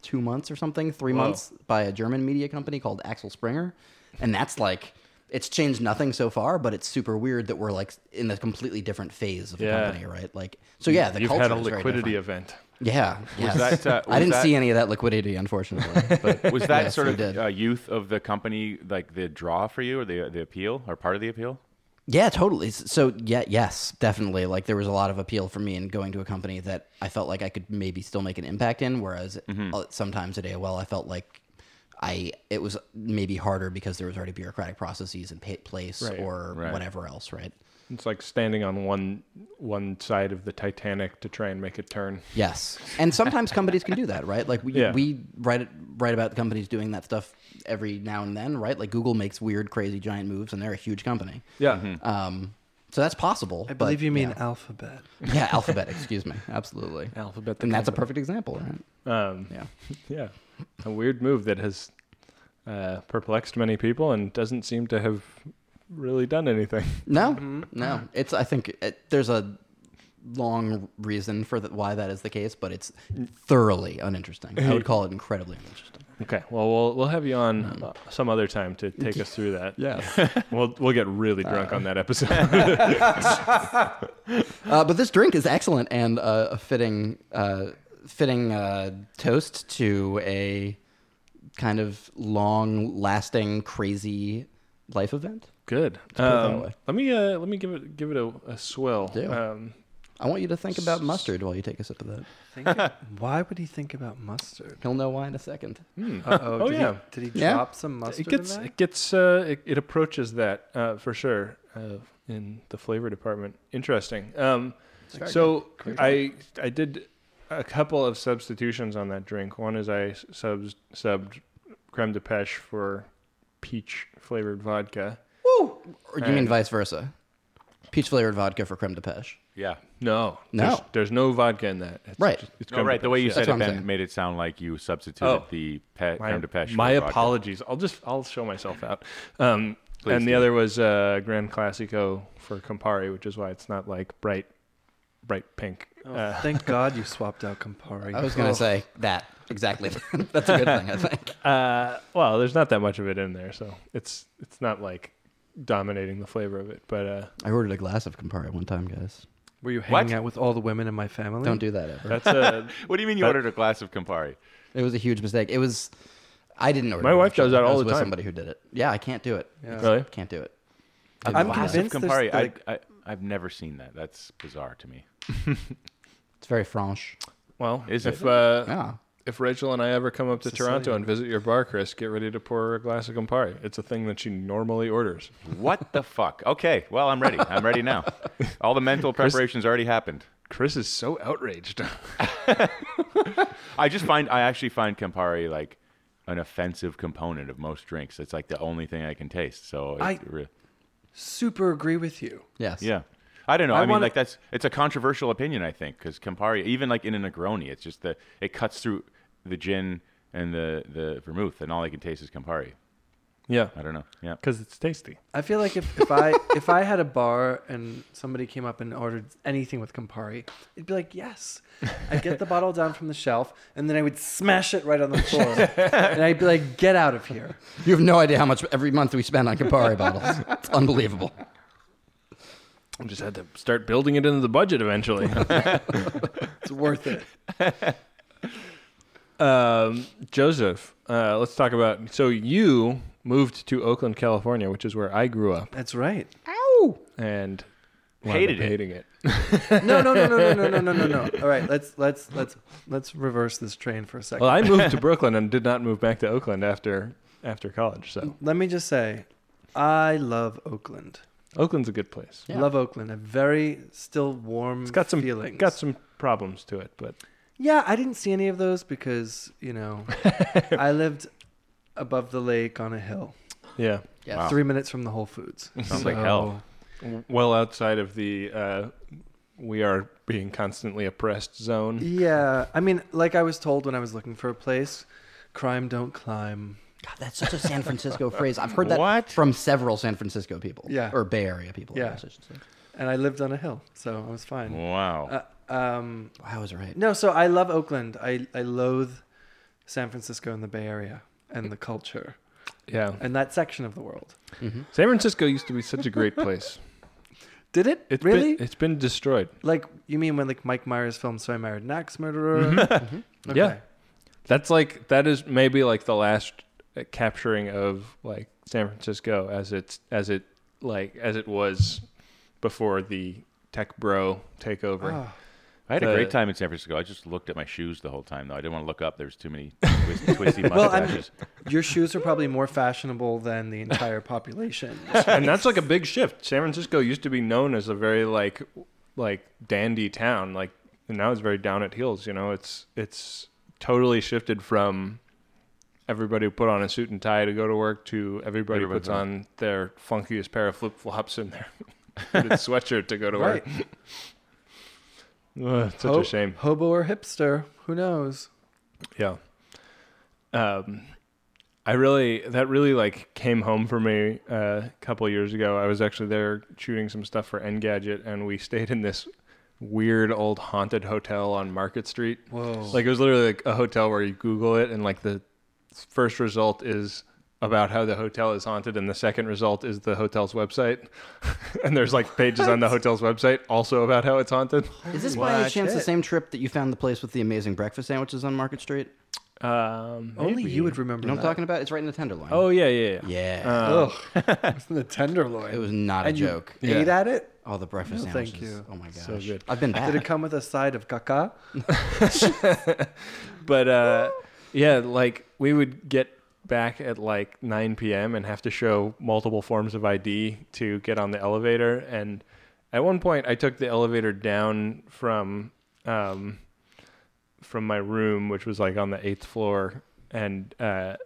[SPEAKER 5] two months or something, three months by a German media company called Axel Springer, and that's like it's changed nothing so far, but it's super weird that we're like in a completely different phase of the
[SPEAKER 2] Yeah.
[SPEAKER 5] company, right? Like, so yeah, the
[SPEAKER 2] You've
[SPEAKER 5] culture
[SPEAKER 2] had a
[SPEAKER 5] is very
[SPEAKER 2] liquidity
[SPEAKER 5] different.
[SPEAKER 2] event.
[SPEAKER 5] yeah. yes.
[SPEAKER 3] that, uh,
[SPEAKER 5] I
[SPEAKER 3] was
[SPEAKER 5] didn't
[SPEAKER 3] that-
[SPEAKER 5] see any of that liquidity, unfortunately. But
[SPEAKER 3] Was that
[SPEAKER 5] yes,
[SPEAKER 3] sort
[SPEAKER 5] we
[SPEAKER 3] of
[SPEAKER 5] did.
[SPEAKER 3] uh, youth of the company like the draw for you, or the the appeal, or part of the appeal?
[SPEAKER 5] Yeah, totally. S- So yeah, yes, definitely. Like there was a lot of appeal for me in going to a company that I felt like I could maybe still make an impact in. Whereas
[SPEAKER 4] Mm-hmm.
[SPEAKER 5] uh, sometimes at AOL, I felt like I it was maybe harder because there was already bureaucratic processes in pa- place
[SPEAKER 2] Right,
[SPEAKER 5] or
[SPEAKER 3] right.
[SPEAKER 5] whatever else, right?
[SPEAKER 2] It's like standing on one one side of the Titanic to try and make it turn.
[SPEAKER 5] Yes, and sometimes companies can do that, right? Like we
[SPEAKER 2] Yeah.
[SPEAKER 5] we write write about companies doing that stuff every now and then, right? Like Google makes weird, crazy, giant moves, and they're a huge company.
[SPEAKER 2] Yeah.
[SPEAKER 5] Um, so that's possible.
[SPEAKER 4] I
[SPEAKER 5] but,
[SPEAKER 4] believe you mean
[SPEAKER 5] yeah.
[SPEAKER 4] alphabet.
[SPEAKER 5] Yeah, Alphabet. excuse me. Absolutely.
[SPEAKER 2] Alphabet.
[SPEAKER 5] And that's a perfect example, right?
[SPEAKER 2] Um,
[SPEAKER 5] Yeah.
[SPEAKER 2] yeah, a weird move that has uh, perplexed many people and doesn't seem to have really done anything.
[SPEAKER 5] No, no. It's I think it, there's a long reason for the, why that is the case, but it's thoroughly uninteresting. I would call it incredibly uninteresting.
[SPEAKER 2] Okay. Well, we'll we'll have you on uh, some other time to take us through that.
[SPEAKER 5] Yes.
[SPEAKER 2] We'll we'll get really drunk on that episode.
[SPEAKER 5] Uh, but this drink is excellent and uh, a fitting uh, fitting uh, toast to a kind of long lasting crazy life event.
[SPEAKER 2] Good.
[SPEAKER 5] it that
[SPEAKER 2] Um,
[SPEAKER 5] way.
[SPEAKER 2] let me uh, let me give it give it a, a swill.
[SPEAKER 5] Do.
[SPEAKER 2] Um,
[SPEAKER 5] I want you to think about mustard while you take a sip of that.
[SPEAKER 4] Why would he think about mustard?
[SPEAKER 5] He'll know why in a second.
[SPEAKER 4] Uh-oh,
[SPEAKER 2] Oh,
[SPEAKER 4] did
[SPEAKER 2] yeah.
[SPEAKER 4] He, did he
[SPEAKER 5] Yeah.
[SPEAKER 4] drop some mustard?
[SPEAKER 2] it gets
[SPEAKER 4] in there?
[SPEAKER 2] it gets uh, it, it approaches that uh, for sure uh, in the flavor department. Interesting. Um, so I I did a couple of substitutions on that drink. One is I subs subbed creme de peche for peach flavored vodka.
[SPEAKER 5] Woo! Or do you mean
[SPEAKER 2] And-
[SPEAKER 5] vice versa? Peach flavored vodka for creme de peche.
[SPEAKER 3] Yeah.
[SPEAKER 2] No,
[SPEAKER 5] No.
[SPEAKER 2] there's, there's no vodka in that. It's
[SPEAKER 5] Right.
[SPEAKER 2] just- it's
[SPEAKER 3] No,
[SPEAKER 2] creme de
[SPEAKER 3] right. The way
[SPEAKER 2] peche.
[SPEAKER 3] you
[SPEAKER 2] Yeah.
[SPEAKER 3] said
[SPEAKER 5] what
[SPEAKER 3] it,
[SPEAKER 5] I'm
[SPEAKER 3] Ben,
[SPEAKER 5] saying.
[SPEAKER 3] made it sound like you substituted
[SPEAKER 2] Oh.
[SPEAKER 3] the pe-
[SPEAKER 2] My,
[SPEAKER 3] creme de peche.
[SPEAKER 2] my
[SPEAKER 3] for vodka.
[SPEAKER 2] apologies. I'll just I'll show myself out. Um,
[SPEAKER 3] Please
[SPEAKER 2] and the
[SPEAKER 3] do.
[SPEAKER 2] other was uh, Grand Classico for Campari, which is why it's not like bright, bright pink.
[SPEAKER 4] Oh,
[SPEAKER 2] Uh,
[SPEAKER 4] thank God you swapped out Campari.
[SPEAKER 5] I was going to
[SPEAKER 4] Oh,
[SPEAKER 5] say that. Exactly. That's a good thing, I think.
[SPEAKER 2] uh, well, there's not that much of it in there, so it's it's not like dominating the flavor of it. But uh,
[SPEAKER 5] I ordered a glass of Campari one time, guys.
[SPEAKER 4] Were you hanging out with all the women in my family?
[SPEAKER 5] Don't do that ever.
[SPEAKER 2] that's uh,
[SPEAKER 3] What do you mean you
[SPEAKER 2] But-
[SPEAKER 3] ordered a glass of Campari?
[SPEAKER 5] It was a huge mistake. It was. I didn't order.
[SPEAKER 2] My
[SPEAKER 5] it,
[SPEAKER 2] wife
[SPEAKER 5] actually.
[SPEAKER 2] does that
[SPEAKER 5] I
[SPEAKER 2] all
[SPEAKER 5] was
[SPEAKER 2] the
[SPEAKER 5] with
[SPEAKER 2] time.
[SPEAKER 5] Somebody who did it. Yeah, I can't do it.
[SPEAKER 4] Yeah.
[SPEAKER 2] Really?
[SPEAKER 5] Can't do it.
[SPEAKER 4] I'm
[SPEAKER 5] Wow.
[SPEAKER 3] Glass of
[SPEAKER 4] convinced there's
[SPEAKER 3] Campari. I,
[SPEAKER 4] like-
[SPEAKER 3] I, I've never seen that. That's bizarre to me.
[SPEAKER 5] It's very French.
[SPEAKER 2] well.
[SPEAKER 3] Is
[SPEAKER 2] if
[SPEAKER 3] it?
[SPEAKER 2] uh,
[SPEAKER 5] Yeah.
[SPEAKER 2] if Rachel and I ever come up to Toronto and visit your bar, Chris, get ready to pour her a glass of Campari. It's a thing that she normally orders.
[SPEAKER 3] What the fuck? Okay. Well, I'm ready. I'm ready now. All the mental preparations already happened.
[SPEAKER 2] Chris is so outraged.
[SPEAKER 3] I just find I actually find Campari like an offensive component of most drinks. It's like the only thing I can taste. So it
[SPEAKER 4] I-
[SPEAKER 3] re-
[SPEAKER 4] Super agree with you.
[SPEAKER 5] Yes.
[SPEAKER 3] yeah. I don't know.
[SPEAKER 4] I
[SPEAKER 3] I, mean,
[SPEAKER 4] wanna-
[SPEAKER 3] like that's it's a controversial opinion, I think, because Campari, even like in a Negroni, it's just the it cuts through the gin and the the vermouth, and all I can taste is Campari.
[SPEAKER 2] yeah,
[SPEAKER 3] I don't know. Yeah,
[SPEAKER 2] because it's tasty.
[SPEAKER 4] I feel like if, if I if I had a bar and somebody came up and ordered anything with Campari, it'd be like, yes. I'd get the bottle down from the shelf and then I would smash it right on the floor. and I'd be like, get out of here.
[SPEAKER 5] You have no idea how much every month we spend on Campari bottles. It's unbelievable.
[SPEAKER 2] I just had to start building it into the budget eventually.
[SPEAKER 4] It's worth it.
[SPEAKER 2] um, Joseph, uh, let's talk about. So you moved to Oakland, California, which is where I grew up,
[SPEAKER 4] That's right.
[SPEAKER 2] and wound
[SPEAKER 3] Hated
[SPEAKER 2] up
[SPEAKER 3] it.
[SPEAKER 2] hating it.
[SPEAKER 4] No, no, no, no, no, no, no, no, no, no. All right, let's let's let's let's reverse this train for a second.
[SPEAKER 2] Well, I moved to Brooklyn and did not move back to Oakland after after college. So
[SPEAKER 4] Let me just say, I love Oakland.
[SPEAKER 2] Oakland's a good place.
[SPEAKER 5] Yeah.
[SPEAKER 4] Love Oakland. A very still warm
[SPEAKER 2] It's got some
[SPEAKER 4] feelings.
[SPEAKER 2] got some problems to it, but
[SPEAKER 4] Yeah, I didn't see any of those because, you know, I lived above the lake on a hill,
[SPEAKER 2] yeah,
[SPEAKER 5] Yes.
[SPEAKER 3] Wow.
[SPEAKER 4] three minutes from the Whole Foods.
[SPEAKER 3] Sounds like hell.
[SPEAKER 2] well outside of the uh, we are being constantly oppressed zone.
[SPEAKER 4] Yeah, I mean, like I was told when I was looking for a place, crime don't climb.
[SPEAKER 5] God, that's such a San Francisco phrase. I've heard that
[SPEAKER 3] What?
[SPEAKER 5] from several San Francisco people.
[SPEAKER 4] Yeah.
[SPEAKER 5] Or Bay Area people. I
[SPEAKER 4] Yeah.
[SPEAKER 5] guess I should say.
[SPEAKER 4] And I lived on a hill, so I was fine.
[SPEAKER 3] wow.
[SPEAKER 4] Uh, um,
[SPEAKER 5] Wow, I was right.
[SPEAKER 4] no, so I love Oakland. I, I loathe San Francisco and the Bay Area and the culture
[SPEAKER 2] Yeah,
[SPEAKER 4] and that section of the world.
[SPEAKER 5] Mm-hmm.
[SPEAKER 2] San Francisco used to be such a great place.
[SPEAKER 4] Did it?
[SPEAKER 2] It's
[SPEAKER 4] really?
[SPEAKER 2] been, it's been destroyed.
[SPEAKER 4] like, you mean when like Mike Myers filmed So I Married an Axe
[SPEAKER 5] Mm-hmm.
[SPEAKER 4] Murderer? Mm-hmm. Okay.
[SPEAKER 2] Yeah. That's like that is maybe like the last uh, capturing of like San Francisco as it's as it like as it was before the tech bro takeover.
[SPEAKER 4] Ah.
[SPEAKER 3] I had
[SPEAKER 2] the-
[SPEAKER 3] a great time in San Francisco. I just looked at my shoes the whole time, though. I didn't want to look up. There was too many twisty, twisty
[SPEAKER 4] Well, I mean-
[SPEAKER 3] mustaches.
[SPEAKER 4] Your shoes are probably more fashionable than the entire population.
[SPEAKER 2] and that's like a big shift. San Francisco used to be known as a very like like dandy town, like and now it's very down at heels, you know. It's it's totally shifted from everybody put on a suit and tie to go to work to everybody,
[SPEAKER 3] Everybody
[SPEAKER 2] puts
[SPEAKER 3] put on-
[SPEAKER 2] on their funkiest pair of flip flops and their hooded sweatshirt to go to work.
[SPEAKER 4] right.
[SPEAKER 2] Ugh, it's such
[SPEAKER 4] Ho-
[SPEAKER 2] a shame.
[SPEAKER 4] Hobo or hipster, who knows?
[SPEAKER 2] Yeah. Um, I really that really like came home for me uh, a couple years ago. I was actually there shooting some stuff for Engadget, and we stayed in this weird old haunted hotel on Market Street. Whoa! Like it was literally like a hotel where you Google it, and like the first result is about how the hotel is haunted, and the second result is the hotel's website. and there's like pages on the hotel's website also about how it's haunted.
[SPEAKER 5] Is this by any
[SPEAKER 4] Watch
[SPEAKER 5] chance the
[SPEAKER 4] it.
[SPEAKER 5] same trip that you found the place with the amazing breakfast sandwiches on Market Street?
[SPEAKER 2] Um,
[SPEAKER 4] Only you would remember.
[SPEAKER 5] You know what
[SPEAKER 4] that.
[SPEAKER 5] I'm talking about? It's right in the tenderloin.
[SPEAKER 2] Oh yeah, yeah, yeah. Um,
[SPEAKER 5] yeah.
[SPEAKER 4] It's in the tenderloin.
[SPEAKER 5] it was not a
[SPEAKER 4] and you
[SPEAKER 5] joke.
[SPEAKER 4] Ate at it.
[SPEAKER 5] Oh, the breakfast
[SPEAKER 4] No, thank
[SPEAKER 5] sandwiches.
[SPEAKER 4] you.
[SPEAKER 5] Oh my gosh.
[SPEAKER 2] So good.
[SPEAKER 5] I've been back.
[SPEAKER 4] Did it come with a side of caca?
[SPEAKER 2] But uh, yeah, like we would get back at like 9 p.m. and have to show multiple forms of ID to get on the elevator. And at one point, I took the elevator down from um, from my room, which was like on the eighth floor, and uh,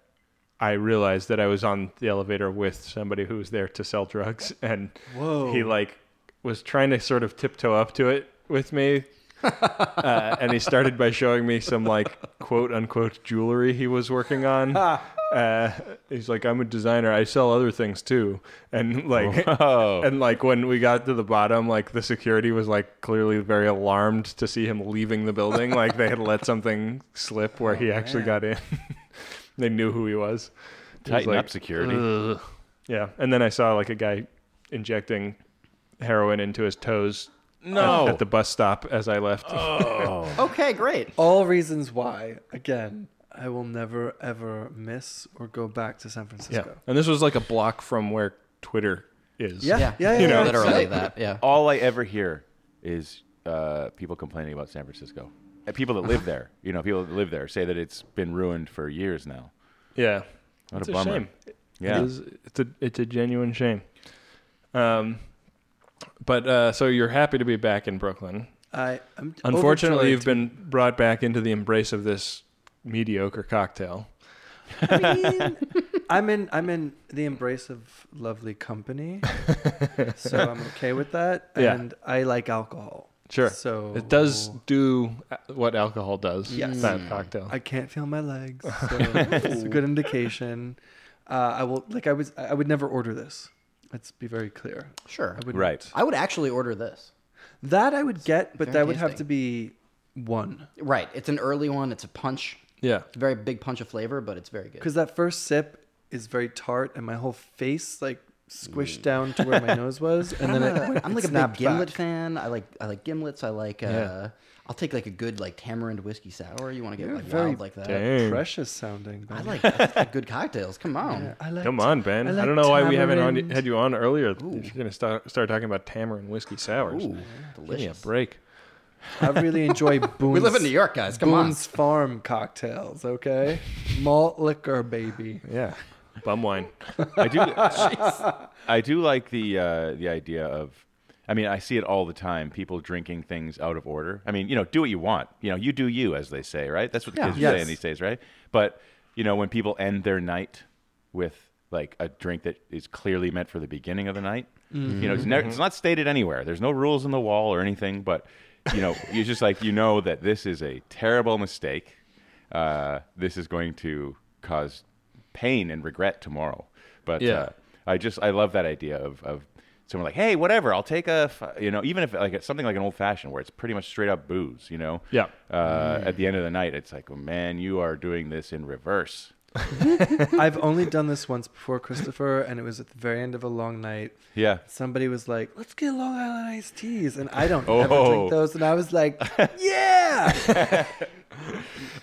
[SPEAKER 2] I realized that I was on the elevator with somebody who was there to sell drugs, and
[SPEAKER 4] Whoa.
[SPEAKER 2] he like was trying to sort of tiptoe up to it with me. uh, and he started by showing me some like quote unquote jewelry he was working on.
[SPEAKER 3] Ah.
[SPEAKER 2] Uh, he's like, I'm a designer. I sell other things too. And like,
[SPEAKER 3] Oh,
[SPEAKER 2] and like when we got to the bottom, like the security was like clearly very alarmed to see him leaving the building. like they had let something slip where
[SPEAKER 3] Oh,
[SPEAKER 2] he actually got in. they knew who he was. It was
[SPEAKER 3] tighten
[SPEAKER 2] like,
[SPEAKER 3] up security.
[SPEAKER 2] Ugh. Yeah, and then I saw like a guy injecting heroin into his toes.
[SPEAKER 3] No. Oh.
[SPEAKER 2] at, at the bus stop as I left.
[SPEAKER 5] okay, great.
[SPEAKER 4] All reasons why. Again, I will never ever miss or go back to San
[SPEAKER 2] yeah,
[SPEAKER 4] Francisco.
[SPEAKER 2] and this was like a block from where Twitter is.
[SPEAKER 4] Yeah, yeah, yeah.
[SPEAKER 5] You
[SPEAKER 4] yeah, Oh,
[SPEAKER 5] know,
[SPEAKER 4] yeah.
[SPEAKER 5] literally that. Yeah.
[SPEAKER 3] All I ever hear is uh, people complaining about San Francisco. Uh, People that live there, you know, people that live there say that it's been ruined for years now.
[SPEAKER 2] yeah,
[SPEAKER 3] What
[SPEAKER 2] it's
[SPEAKER 3] a bummer.
[SPEAKER 2] shame.
[SPEAKER 3] Yeah.
[SPEAKER 2] It is, it's a it's a genuine shame. Um, but uh, so you're happy to be back in Brooklyn.
[SPEAKER 4] I, I'm
[SPEAKER 2] Unfortunately, you've
[SPEAKER 4] overjoyed
[SPEAKER 2] been brought back into the embrace of this mediocre cocktail.
[SPEAKER 4] to- I'm in. I'm in the embrace of lovely company, so I'm okay with that.
[SPEAKER 2] Yeah.
[SPEAKER 4] And I like alcohol.
[SPEAKER 2] Sure,
[SPEAKER 4] So
[SPEAKER 2] it does do uh, what alcohol does.
[SPEAKER 4] Yes. Mm.
[SPEAKER 2] that cocktail.
[SPEAKER 4] I can't feel my legs. So it's a good indication. Uh, I will like I was I would never order this. Let's be very clear.
[SPEAKER 5] Sure.
[SPEAKER 4] I would
[SPEAKER 3] Right.
[SPEAKER 5] I would actually order this.
[SPEAKER 4] that I would get, but
[SPEAKER 5] very
[SPEAKER 4] that would have to
[SPEAKER 5] tasty.
[SPEAKER 4] be one.
[SPEAKER 5] Right. It's an early one. It's a punch.
[SPEAKER 2] yeah,
[SPEAKER 5] It's a very big punch of flavor, but it's very good.
[SPEAKER 4] Because that first sip is very tart and my whole face like
[SPEAKER 2] Mm.
[SPEAKER 4] squished down to where my nose was and then it, went-
[SPEAKER 5] I'm
[SPEAKER 4] it
[SPEAKER 5] like a big
[SPEAKER 4] snapped
[SPEAKER 5] gimlet
[SPEAKER 4] back.
[SPEAKER 5] fan. I like I like gimlets. I like uh,
[SPEAKER 2] Yeah.
[SPEAKER 5] I'll take like a good like tamarind whiskey sour. You want to get
[SPEAKER 4] You're
[SPEAKER 5] like
[SPEAKER 4] very
[SPEAKER 5] wild like that?
[SPEAKER 2] Dang.
[SPEAKER 4] Precious sounding.
[SPEAKER 5] I
[SPEAKER 4] man.
[SPEAKER 5] like, I like good cocktails. Come on.
[SPEAKER 4] Yeah, I like
[SPEAKER 2] Come on, Ben. I,
[SPEAKER 4] like
[SPEAKER 2] don't know why we haven't on,
[SPEAKER 4] tamarind.
[SPEAKER 2] had you on earlier. If you're gonna start start talking about tamarind whiskey sours,
[SPEAKER 5] Ooh,
[SPEAKER 2] give me a
[SPEAKER 5] delicious.
[SPEAKER 2] break.
[SPEAKER 4] I really enjoy Boone's.
[SPEAKER 5] We live in New York, guys. Come on.
[SPEAKER 4] Boone's Farm cocktails, okay? Malt liquor, baby.
[SPEAKER 2] Yeah, bum wine.
[SPEAKER 3] I do. I do like the uh, the idea of. I mean, I see it all the time. People drinking things out of order. I mean, you know, do what you want. You know, you do you, as they say, right? That's what the
[SPEAKER 5] Yeah.
[SPEAKER 3] kids are
[SPEAKER 4] Yes.
[SPEAKER 3] saying these days, right? But you know, when people end their night with like a drink that is clearly meant for the beginning of the night, you know, it's, never, it's not stated anywhere. There's no rules in the wall or anything, but you know, you just like you know that this is a terrible mistake. Uh, this is going to cause pain and regret tomorrow. But
[SPEAKER 2] Yeah.
[SPEAKER 3] uh, I just I love that idea of of someone like, hey, whatever, I'll take a f-" you know, even if like it's something like an old fashioned where it's pretty much straight up booze, you know.
[SPEAKER 2] Yeah.
[SPEAKER 3] Uh, At the end of the night, it's like, oh, man, you are doing this in reverse.
[SPEAKER 4] I've only done this once before, Christopher, and it was at the very end of a long night.
[SPEAKER 3] Yeah.
[SPEAKER 4] Somebody was like, "Let's get Long Island iced teas," and I don't ever
[SPEAKER 3] Oh.
[SPEAKER 4] drink those, and I was like, "Yeah."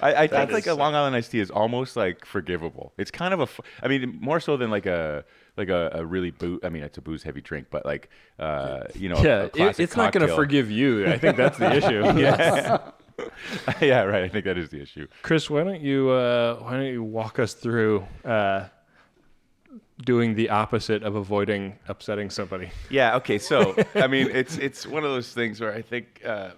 [SPEAKER 3] I, I think like a Long Island iced tea is almost like forgivable. It's kind of a, f- I mean, more so than like a like a, a really boo. I mean, it's a booze heavy drink, but like, uh, you know, a- a
[SPEAKER 2] Yeah, it,
[SPEAKER 3] classic
[SPEAKER 2] it's not gonna
[SPEAKER 3] cocktail.
[SPEAKER 2] forgive you. I think that's the issue.
[SPEAKER 3] Yeah. yeah, right. I think that is the issue.
[SPEAKER 2] Chris, why don't you uh, why don't you walk us through uh, doing the opposite of avoiding upsetting somebody?
[SPEAKER 3] Yeah. Okay. So I mean, it's it's one of those things where I think. Uh,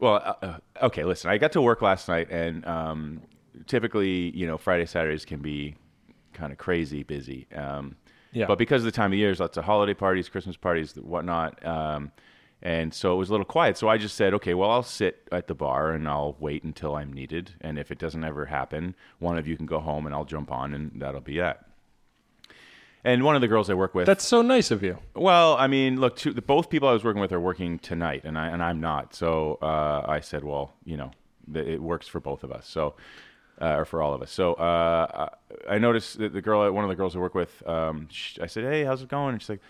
[SPEAKER 3] well, uh, uh, okay. Listen, I got to work last night, and um, typically, you know, Friday Saturdays can be kind of crazy busy. Um,
[SPEAKER 2] Yeah.
[SPEAKER 3] But because of the time of year, there's lots of holiday parties, Christmas parties, whatnot. Um, And so it was a little quiet. So I just said, okay, well, I'll sit at the bar and I'll wait until I'm needed. And if it doesn't ever happen, one of you can go home and I'll jump on and that'll be that. And one of the girls I work with.
[SPEAKER 2] That's so nice of you.
[SPEAKER 3] Well, I mean, look, two, the, both people I was working with are working tonight, and I and I'm not. So uh, I said, well, you know, th- it works for both of us. So. Uh, or for all of us. So uh, I I noticed that the girl, one of the girls I work with, um, sh I said, "Hey, how's it going?" And she's like,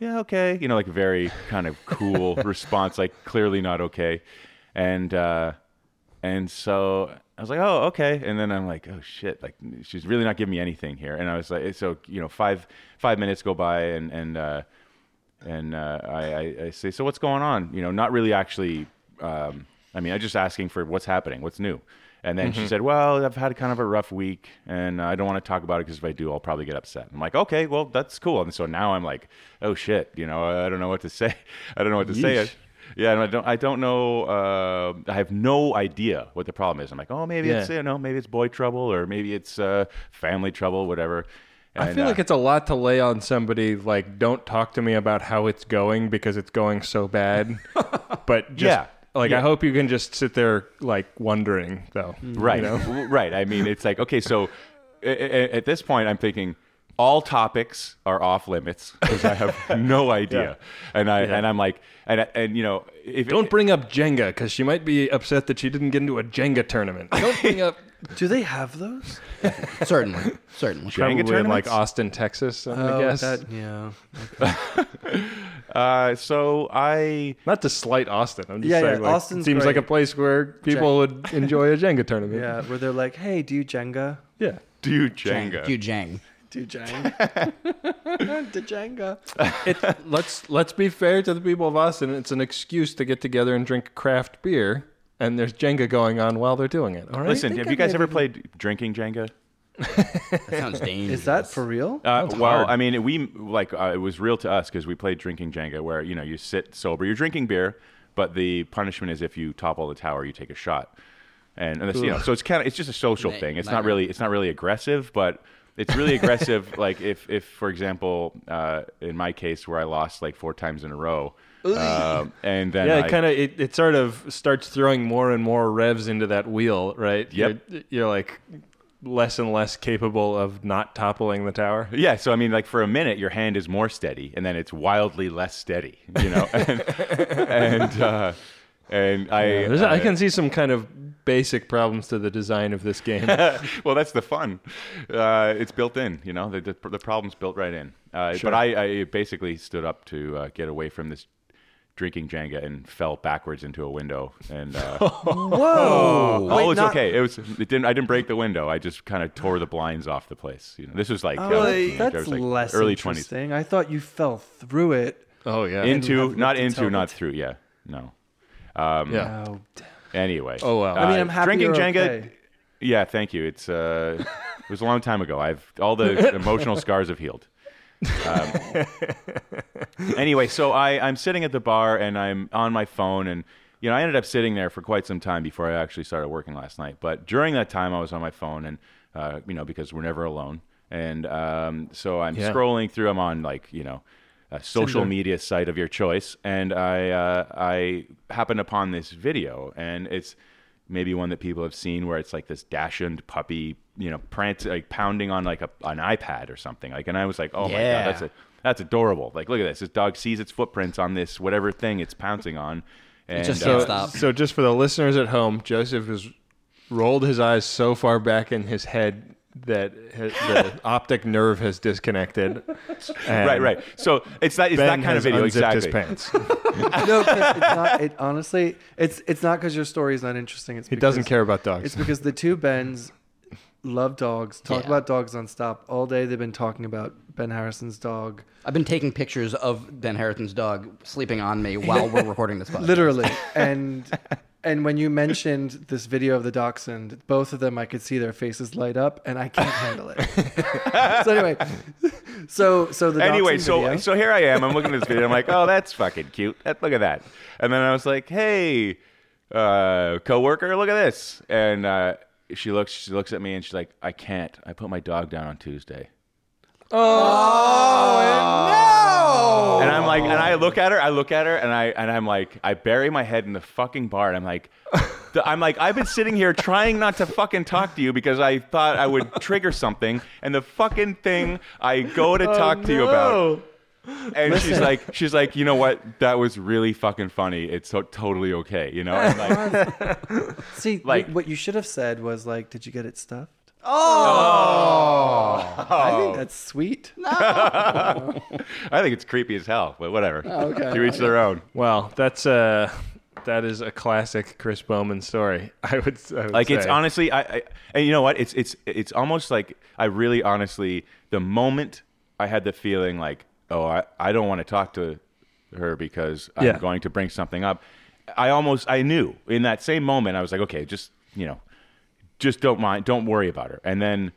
[SPEAKER 3] "Yeah, okay." You know, like very kind of cool response, like clearly not okay. And uh, and so I was like, oh, okay. And then I'm like, oh shit, like she's really not giving me anything here. And I was like, so you know, five five minutes go by, and and uh, and uh, I, I, I say, so what's going on? You know, not really actually. Um, I mean, I'm just asking for what's happening, what's new. And then she said, well, I've had kind of a rough week, and I don't want to talk about it because if I do, I'll probably get upset. I'm like, okay, well, that's cool. And so now I'm like, oh shit, you know, I don't know what to say. I don't know what to say.
[SPEAKER 2] Yeesh.
[SPEAKER 3] Yeah, and I don't. I don't know. Uh, I have no idea what the problem is. I'm like, oh, maybe it's
[SPEAKER 2] Yeah.
[SPEAKER 3] you know, maybe it's boy trouble, or maybe it's uh, family trouble, whatever.
[SPEAKER 2] I
[SPEAKER 3] And,
[SPEAKER 2] feel
[SPEAKER 3] uh,
[SPEAKER 2] like it's a lot to lay on somebody. Like, don't talk to me about how it's going because it's going so bad. but just,
[SPEAKER 3] Yeah.
[SPEAKER 2] like,
[SPEAKER 3] Yeah.
[SPEAKER 2] I hope you can just sit there like wondering though.
[SPEAKER 3] right, W- right. I mean, it's like okay, so a- a- at this point, I'm thinking all topics are off limits because I have no idea, and I and I'm like, and I- and you know, if
[SPEAKER 2] Don't bring up Jenga because she might be upset that she didn't get into a Jenga tournament. Don't bring up
[SPEAKER 4] Do they have those?
[SPEAKER 5] certainly, certainly.
[SPEAKER 2] probably in like
[SPEAKER 3] tournaments?
[SPEAKER 2] Austin, Texas.
[SPEAKER 3] Oh,
[SPEAKER 2] I guess
[SPEAKER 4] Oh, that- yeah.
[SPEAKER 3] uh, so I
[SPEAKER 2] not to slight Austin. I'm just
[SPEAKER 4] Yeah, yeah,
[SPEAKER 2] saying, like, it
[SPEAKER 4] Austin's
[SPEAKER 2] seems like
[SPEAKER 4] great.
[SPEAKER 2] a place where people would enjoy a Jenga tournament.
[SPEAKER 4] Yeah, where they're like, hey, do you Jenga?
[SPEAKER 2] yeah.
[SPEAKER 3] do
[SPEAKER 5] Jang.
[SPEAKER 3] Jenga.
[SPEAKER 5] You Jang.
[SPEAKER 4] Do you Jenga? do Jenga.
[SPEAKER 2] it, let's let's be fair to the people of Austin. It's an excuse to get together and drink craft beer, and there's Jenga going on while they're doing it. All right.
[SPEAKER 3] Listen,
[SPEAKER 4] think
[SPEAKER 3] have
[SPEAKER 4] I
[SPEAKER 3] you guys
[SPEAKER 4] may
[SPEAKER 3] ever
[SPEAKER 4] have
[SPEAKER 3] played drinking Jenga?
[SPEAKER 5] That sounds dangerous.
[SPEAKER 4] Is that for real?
[SPEAKER 3] Uh,
[SPEAKER 2] Sounds
[SPEAKER 3] well,
[SPEAKER 2] hard.
[SPEAKER 3] I mean, we like uh, it was real to us because we played drinking Jenga, where you know you sit sober, you're drinking beer, but the punishment is if you topple the tower, you take a shot, and, and it's, you know, so it's kind of it's just a social
[SPEAKER 5] Night-
[SPEAKER 3] thing. It's not
[SPEAKER 5] nightmare.
[SPEAKER 3] really it's not really aggressive, but it's really aggressive. like if if for example, uh, in my case where I lost like four times in a row, um, and then
[SPEAKER 2] yeah,
[SPEAKER 3] I-
[SPEAKER 2] it kind of it, it sort of starts throwing more and more revs into that wheel, right?
[SPEAKER 3] Yep.
[SPEAKER 2] You're, you're like less and less capable of not toppling the tower.
[SPEAKER 3] Yeah, so I mean, like for a minute, your hand is more steady, and then it's wildly less steady, you know. and and, uh, and I,
[SPEAKER 2] There's- I
[SPEAKER 3] uh,
[SPEAKER 2] can see some kind of basic problems to the design of this game.
[SPEAKER 3] well, that's the fun. Uh, it's built in, you know. The, the, the problem's built right in. Uh, But I, I basically stood up to uh, get away from this drinking Jenga and fell backwards into a window. And uh, oh,
[SPEAKER 4] Whoa! Wait,
[SPEAKER 3] it's
[SPEAKER 4] not-
[SPEAKER 3] okay. It was. It didn't. I didn't break the window. I just kind of tore the blinds off the place. You know, this was like uh,
[SPEAKER 4] Oh,
[SPEAKER 3] teenager. I
[SPEAKER 4] that's
[SPEAKER 3] was, like,
[SPEAKER 4] less
[SPEAKER 3] early twenties
[SPEAKER 4] interesting. I thought you fell through it.
[SPEAKER 2] oh yeah.
[SPEAKER 3] into,
[SPEAKER 4] have
[SPEAKER 3] not
[SPEAKER 4] to tell
[SPEAKER 3] into,
[SPEAKER 4] the
[SPEAKER 3] not through. Yeah, no. Um,
[SPEAKER 2] yeah.
[SPEAKER 4] Oh, damn.
[SPEAKER 3] Anyway. uh,
[SPEAKER 2] Oh, wow. I
[SPEAKER 4] mean, I'm happy
[SPEAKER 3] Drinking
[SPEAKER 4] you're
[SPEAKER 3] Jenga.
[SPEAKER 4] okay.
[SPEAKER 3] Yeah, thank you. It's uh, it was a long time ago. I've all the emotional scars have healed. Um, anyway, so I I'm sitting at the bar and I'm on my phone and you know I ended up sitting there for quite some time before I actually started working last night. But during that time, I was on my phone and uh, you know because we're never alone. And um, so I'm
[SPEAKER 2] Yeah.
[SPEAKER 3] scrolling through. I'm on like you know a social
[SPEAKER 2] Tinder.
[SPEAKER 3] media site of your choice, and I uh, I happened upon this video, and it's maybe one that people have seen where it's like this dashund puppy, you know, prance like pounding on like a, an iPad or something. Like, and I was like, oh my
[SPEAKER 5] Yeah.
[SPEAKER 3] god, that's a that's adorable. Like, look at this. This dog sees its footprints on this whatever thing it's pouncing on. And, uh,
[SPEAKER 5] just
[SPEAKER 2] So,
[SPEAKER 5] can't stop.
[SPEAKER 2] so just for the listeners at home, Joseph has rolled his eyes so far back in his head that his, the optic nerve has disconnected. And
[SPEAKER 3] right, right. So it's that it's
[SPEAKER 2] Ben
[SPEAKER 3] that kind
[SPEAKER 2] has
[SPEAKER 3] of video
[SPEAKER 2] unzipped
[SPEAKER 3] exactly.
[SPEAKER 2] His pants.
[SPEAKER 4] no, 'cause it's not. It honestly, it's it's not because your story is not interesting. It's
[SPEAKER 2] He doesn't
[SPEAKER 4] because-
[SPEAKER 2] care about dogs.
[SPEAKER 4] It's because the two Bens love dogs. Talk
[SPEAKER 5] Yeah.
[SPEAKER 4] about dogs nonstop all day. They've been talking about Ben Harrison's dog.
[SPEAKER 5] I've been taking pictures of Ben Harrington's dog sleeping on me while we're recording this podcast.
[SPEAKER 4] literally and and when you mentioned this video of the dachshund both of them i could see their faces light up and i can't handle it so anyway so so the
[SPEAKER 3] Anyway,
[SPEAKER 4] dachshund
[SPEAKER 3] so
[SPEAKER 4] video-
[SPEAKER 3] so here I am. I'm looking at this video. I'm like, oh, that's fucking cute. That, look at that. And then I was like, hey, uh, coworker, look at this. And uh, she looks. She looks at me and she's like, I can't. I put my dog down on Tuesday. Oh, and I'm like, and I look at her, I look at her, and I and I'm like, I bury my head in the fucking bar, and I'm like, th- I'm like, I've been sitting here trying not to fucking talk to you because I thought I would trigger something, and the fucking thing I go
[SPEAKER 4] Oh,
[SPEAKER 3] to talk to you about, and she's like, she's like, you know what? That was really fucking funny. It's so, totally okay, you know. And like,
[SPEAKER 4] See,
[SPEAKER 3] Like-
[SPEAKER 4] like, what you should have said was like, "Did you get it stuffed?" Oh, I think that's sweet.
[SPEAKER 3] I think it's creepy as hell, but whatever. To each their own.
[SPEAKER 2] Well, that's uh that is a classic Chris Bowman story. I would, I would
[SPEAKER 3] like
[SPEAKER 2] say.
[SPEAKER 3] it's honestly I, I and you know what it's it's it's almost like i really honestly the moment i had the feeling like oh i, I don't want to talk to her because i'm
[SPEAKER 2] Yeah.
[SPEAKER 3] going to bring something up i almost i knew in that same moment i was like okay just you know just don't mind don't worry about her and then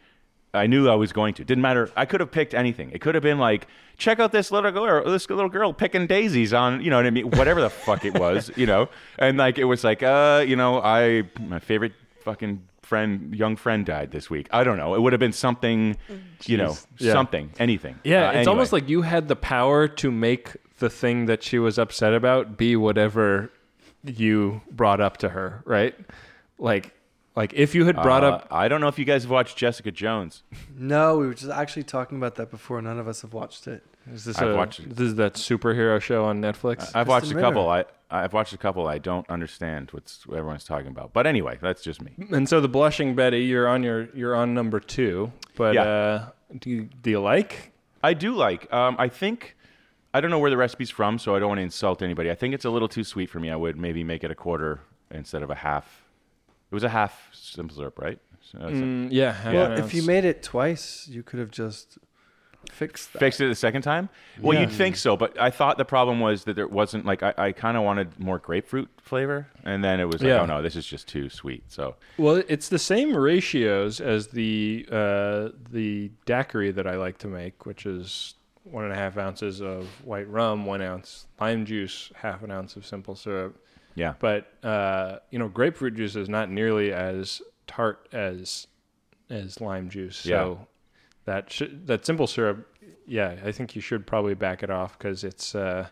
[SPEAKER 3] i knew i was going to didn't matter i could have picked anything it could have been like check out this little girl this little girl picking daisies on you know what i mean whatever the fuck it was you know and like it was like uh you know i my favorite fucking friend young friend died this week i don't know it would have been something you know
[SPEAKER 2] Yeah.
[SPEAKER 3] something anything
[SPEAKER 2] Yeah,
[SPEAKER 3] Uh,
[SPEAKER 2] it's
[SPEAKER 3] anyway.
[SPEAKER 2] almost like you had the power to make the thing that she was upset about be whatever you brought up to her, right? Like like if you had brought
[SPEAKER 3] Uh,
[SPEAKER 2] up
[SPEAKER 3] i don't know if you guys have watched jessica jones
[SPEAKER 4] No, we were just actually talking about that before. None of us have watched it.
[SPEAKER 2] is this
[SPEAKER 3] I've
[SPEAKER 2] a-
[SPEAKER 3] watched it.
[SPEAKER 2] this is that superhero show on Netflix?
[SPEAKER 3] I've
[SPEAKER 4] Kristen
[SPEAKER 3] watched a
[SPEAKER 4] Ritter.
[SPEAKER 3] couple. I I've watched a couple. I don't understand what's what everyone's talking about. But anyway, that's just me.
[SPEAKER 2] and so the blushing Betty, you're on your you're on number 2, but
[SPEAKER 3] Yeah.
[SPEAKER 2] uh do you, do you like?
[SPEAKER 3] I do like. Um, I think I don't know where the recipe's from, so I don't want to insult anybody. I think it's a little too sweet for me. I would maybe make it a quarter instead of a half. It was a half simple syrup, right? So it's a-
[SPEAKER 2] Mm, yeah, half
[SPEAKER 3] Yeah.
[SPEAKER 2] an
[SPEAKER 4] If you
[SPEAKER 2] ounce.
[SPEAKER 4] made it twice, you could have just fixed that.
[SPEAKER 3] Fixed it the second time? Well,
[SPEAKER 4] Yeah.
[SPEAKER 3] you'd think so, but I thought the problem was that there wasn't like I, I kind of wanted more grapefruit flavor, and then it was like,
[SPEAKER 2] Yeah.
[SPEAKER 3] oh no, this is just too sweet. So
[SPEAKER 2] Well, it's the same ratios as the uh, the daiquiri that I like to make, which is one and a half ounces of white rum, one ounce lime juice, half an ounce of simple syrup.
[SPEAKER 3] yeah,
[SPEAKER 2] But uh, you know, grapefruit juice is not nearly as tart as as lime juice.
[SPEAKER 3] Yeah.
[SPEAKER 2] So that should that simple syrup, yeah, I think you should probably back it off because it's uh,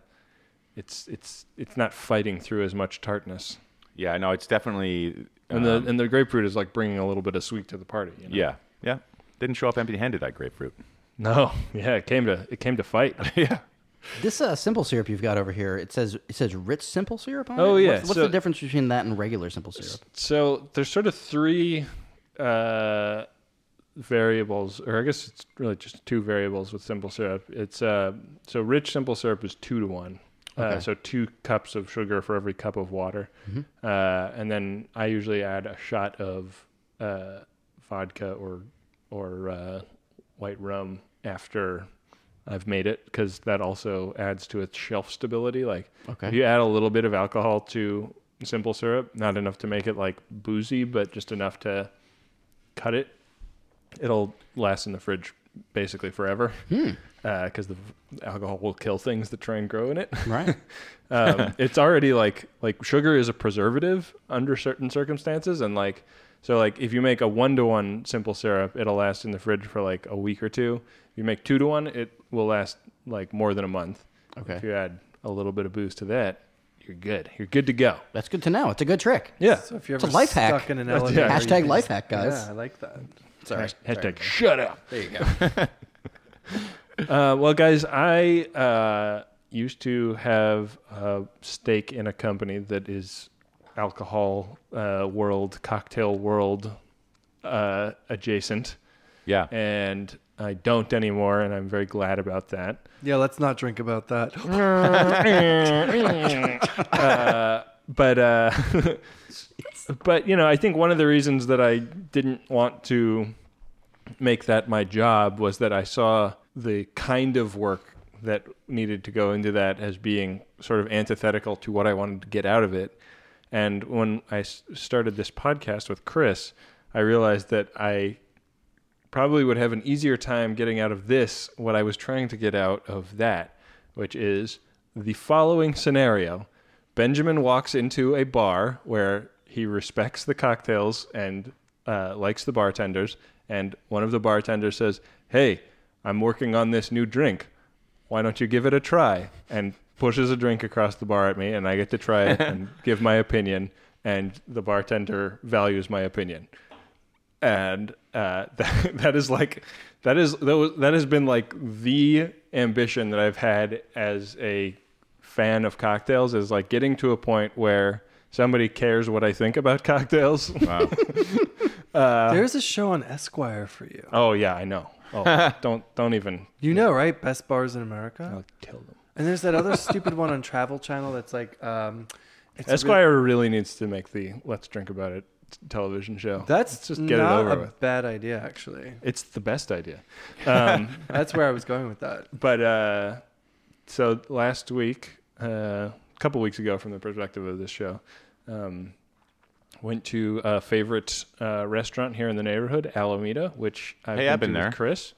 [SPEAKER 2] it's it's it's not fighting through as much tartness.
[SPEAKER 3] yeah, no, it's definitely
[SPEAKER 2] And the
[SPEAKER 3] um,
[SPEAKER 2] and the grapefruit is like bringing a little bit of sweet to the party. You know?
[SPEAKER 3] yeah, yeah. Didn't show up empty-handed that grapefruit.
[SPEAKER 2] No. Yeah. It came to it came to fight.
[SPEAKER 3] yeah.
[SPEAKER 5] This uh, simple syrup you've got over here, it says it says rich simple syrup on it.
[SPEAKER 2] Oh, yeah,
[SPEAKER 5] What's, what's
[SPEAKER 2] so-
[SPEAKER 5] the difference between that and regular simple syrup?
[SPEAKER 2] So there's sort of three uh, variables, or I guess it's really just two variables with simple syrup. It's uh, so rich simple syrup is two to one. Uh, so two cups of sugar for every cup of water, uh, and then I usually add a shot of uh, vodka or or uh, white rum after I've made it because that also adds to its shelf stability. Like
[SPEAKER 5] Okay.
[SPEAKER 2] if you add a little bit of alcohol to simple syrup, not enough to make it like boozy, but just enough to cut it, it'll last in the fridge basically forever
[SPEAKER 5] Hmm.
[SPEAKER 2] because the v- alcohol will kill things that try and grow in it.
[SPEAKER 5] Right.
[SPEAKER 2] um, it's already like like sugar is a preservative under certain circumstances, and like so like if you make a one to one simple syrup, it'll last in the fridge for like a week or two. If you make two to one, it will last like more than a month.
[SPEAKER 5] Okay.
[SPEAKER 2] If you add a little bit of booze to that, you're good. You're good to go.
[SPEAKER 5] That's good to know. It's a good trick.
[SPEAKER 2] Yeah.
[SPEAKER 4] So if you're
[SPEAKER 5] It's a
[SPEAKER 4] ever
[SPEAKER 5] life hack.
[SPEAKER 4] stuck in an elevator, you
[SPEAKER 5] Hashtag
[SPEAKER 4] can
[SPEAKER 5] life
[SPEAKER 4] just-
[SPEAKER 5] hack, guys.
[SPEAKER 4] Yeah, I like that.
[SPEAKER 5] Sorry.
[SPEAKER 2] Hashtag shut up.
[SPEAKER 5] There you go.
[SPEAKER 2] Uh, well, guys, I uh, used to have a stake in a company that is alcohol uh, world, cocktail world uh, adjacent,
[SPEAKER 3] Yeah.
[SPEAKER 2] and I don't anymore, and I'm very glad about that.
[SPEAKER 4] Yeah, let's not drink about that.
[SPEAKER 2] but uh, but you know, I think one of the reasons that I didn't want to make that my job was that I saw the kind of work that needed to go into that as being sort of antithetical to what I wanted to get out of it. And when I s- started this podcast with Chris, I realized that I probably would have an easier time getting out of this what I was trying to get out of that, which is the following scenario Benjamin walks into a bar where he respects the cocktails and uh, likes the bartenders, and one of the bartenders says, Hey, I'm working on this new drink. why don't you give it a try? And pushes a drink across the bar at me, and I get to try it and give my opinion, and the bartender values my opinion. And uh, that, that is like, that is that, was, that has been like the ambition that I've had as a fan of cocktails is like getting to a point where somebody cares what I think about cocktails.
[SPEAKER 4] There's a show on Esquire for you.
[SPEAKER 2] oh yeah, I know. Oh, don't don't even.
[SPEAKER 4] You know, right? Best bars in America.
[SPEAKER 2] I'll kill them.
[SPEAKER 4] And there's that other stupid one on Travel Channel that's like, um, it's a real-
[SPEAKER 2] Esquire really needs to make the "Let's Drink About It" t- television show.
[SPEAKER 4] that's
[SPEAKER 2] Let's just
[SPEAKER 4] not
[SPEAKER 2] get it over
[SPEAKER 4] a
[SPEAKER 2] with.
[SPEAKER 4] bad idea, actually.
[SPEAKER 2] It's the best idea. Um,
[SPEAKER 4] That's where I was going with that.
[SPEAKER 2] but uh, so last week, uh, a couple weeks ago, from the perspective of this show, um, went to a favorite uh, restaurant here in the neighborhood, Alameda, which I've
[SPEAKER 3] Hey,
[SPEAKER 2] been,
[SPEAKER 3] I've been
[SPEAKER 2] to
[SPEAKER 3] there.
[SPEAKER 2] with Chris.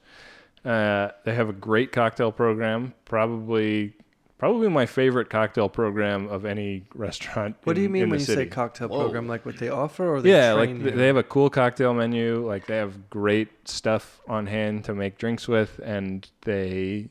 [SPEAKER 2] Uh, they have a great cocktail program. Probably, probably my favorite cocktail program of any restaurant.
[SPEAKER 4] What do you
[SPEAKER 2] in-
[SPEAKER 4] mean
[SPEAKER 2] in the
[SPEAKER 4] when you say
[SPEAKER 2] city.
[SPEAKER 4] cocktail
[SPEAKER 5] Whoa.
[SPEAKER 4] program? Like what they offer, or they
[SPEAKER 2] yeah like
[SPEAKER 4] train
[SPEAKER 2] th-
[SPEAKER 4] you?
[SPEAKER 2] they have a cool cocktail menu like they have great stuff on hand to make drinks with and they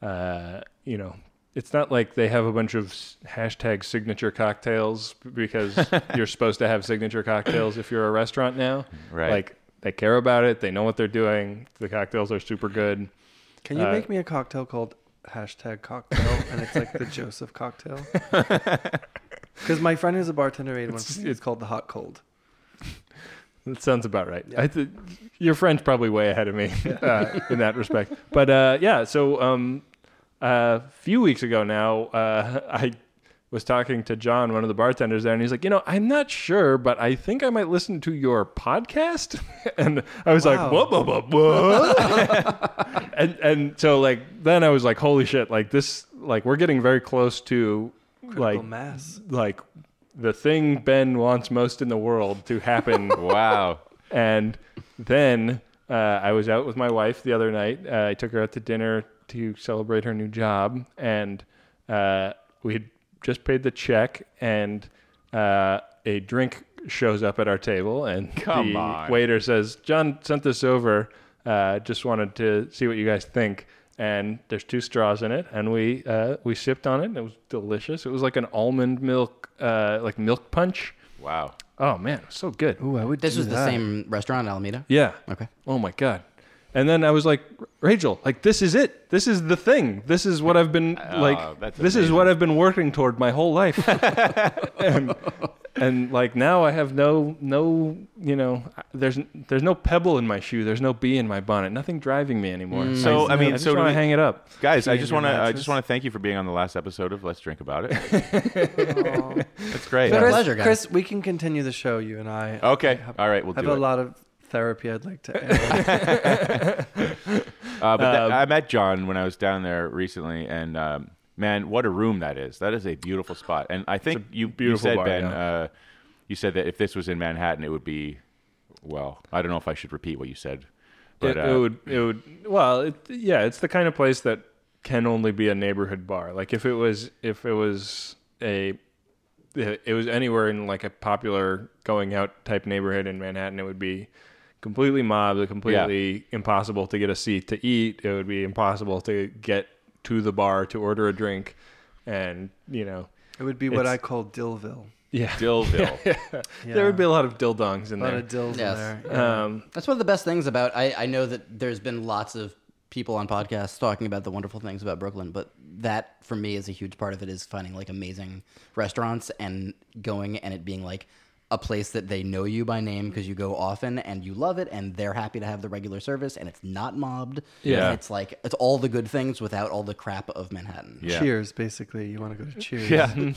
[SPEAKER 2] uh you know it's not like they have a bunch of s- hashtag signature cocktails b- because you're supposed to have signature cocktails if you're a restaurant now
[SPEAKER 3] Right.
[SPEAKER 2] like they care about it they know what they're doing the cocktails are super good
[SPEAKER 4] Can you
[SPEAKER 2] uh,
[SPEAKER 4] make me a cocktail called hashtag cocktail, and it's like the Joseph cocktail? Because my friend who's a bartender made one. It's, called the hot cold.
[SPEAKER 2] That sounds about right. I th- your friend's probably way ahead of me uh, in that respect. But uh, yeah, so um, a few weeks ago now, uh, I was talking to John, one of the bartenders there, and he's like, you know, I'm not sure, but I think I might listen to your podcast. and I was like,
[SPEAKER 4] Wow.
[SPEAKER 2] whoa, whoa, whoa, whoa. and and so like then I was like, holy shit, like this, like we're getting very close to
[SPEAKER 4] Like,
[SPEAKER 2] like
[SPEAKER 4] mass.
[SPEAKER 2] like the thing Ben wants most in the world to happen.
[SPEAKER 3] wow.
[SPEAKER 2] And then uh, I was out with my wife the other night. Uh, I took her out to dinner to celebrate her new job, and uh, we had just paid the check, and uh, a drink shows up at our table, and
[SPEAKER 3] Come
[SPEAKER 2] the
[SPEAKER 3] on.
[SPEAKER 2] waiter says, "John sent this over. Uh, just wanted to see what you guys think." And there's two straws in it, and we uh, we sipped on it, and it was delicious. It was like an almond milk, uh, like milk punch.
[SPEAKER 3] Wow.
[SPEAKER 2] Oh man, it was so good.
[SPEAKER 4] Ooh, I would.
[SPEAKER 5] This
[SPEAKER 4] do
[SPEAKER 5] was the
[SPEAKER 4] that.
[SPEAKER 5] same restaurant, Alameda.
[SPEAKER 2] Yeah.
[SPEAKER 5] Okay.
[SPEAKER 2] Oh my god. And then I was like, Rachel, like this is it. This is the thing. This is what I've been like.
[SPEAKER 3] Oh, that's
[SPEAKER 2] This is what I've been working toward my whole life. and, and like now I have no no you know there's there's no pebble in my shoe. There's no bee in my bonnet. Nothing driving me anymore.
[SPEAKER 3] Mm. So, I mean,
[SPEAKER 2] I just
[SPEAKER 3] so do
[SPEAKER 2] want to
[SPEAKER 3] we-
[SPEAKER 2] hang it up.
[SPEAKER 3] Guys, I
[SPEAKER 4] Peeing
[SPEAKER 3] just
[SPEAKER 4] your
[SPEAKER 3] want to I
[SPEAKER 4] mattress.
[SPEAKER 3] just want to thank you for being on the last episode of Let's Drink About It. That's great.
[SPEAKER 5] But-
[SPEAKER 4] Chris,
[SPEAKER 5] pleasure, guys.
[SPEAKER 4] Chris, we can continue the show. You and I.
[SPEAKER 2] Oh,
[SPEAKER 3] Okay. All right, we'll
[SPEAKER 4] I have
[SPEAKER 3] do
[SPEAKER 4] a
[SPEAKER 3] it.
[SPEAKER 4] lot of therapy I'd like to. Add.
[SPEAKER 3] Uh, but that- I met John when I was down there recently, and um, man, what a room that is! That is a beautiful spot, and I think you, you
[SPEAKER 2] beautiful
[SPEAKER 3] said
[SPEAKER 2] bar,
[SPEAKER 3] Ben,
[SPEAKER 2] yeah.
[SPEAKER 3] uh, you said that if this was in Manhattan, it would be well. I don't know if I should repeat what you said, but
[SPEAKER 2] it,
[SPEAKER 3] uh,
[SPEAKER 2] it would it would well it, yeah it's the kind of place that can only be a neighborhood bar like if it was if it was a it was anywhere in like a popular going out type neighborhood in Manhattan it would be completely mobbed completely impossible to get a seat to eat it would be impossible to get to the bar to order a drink and you know
[SPEAKER 4] It would be what
[SPEAKER 2] It's-
[SPEAKER 4] I call Dillville.
[SPEAKER 2] yeah,
[SPEAKER 3] Dillville.
[SPEAKER 2] there would be a lot of dildongs in
[SPEAKER 4] a lot
[SPEAKER 2] there
[SPEAKER 4] of dills
[SPEAKER 5] Yes.
[SPEAKER 4] in there.
[SPEAKER 2] um
[SPEAKER 5] That's one of the best things about. I, I know that there's been lots of people on podcasts talking about the wonderful things about Brooklyn, but that for me is a huge part of it is finding like amazing restaurants and going and it being like a place that they know you by name because you go often and you love it and they're happy to have the regular service and it's not mobbed.
[SPEAKER 2] Yeah.
[SPEAKER 5] And it's like it's all the good things without all the crap of Manhattan.
[SPEAKER 3] Yeah.
[SPEAKER 4] Cheers, basically. You want to go to Cheers.
[SPEAKER 5] Yeah,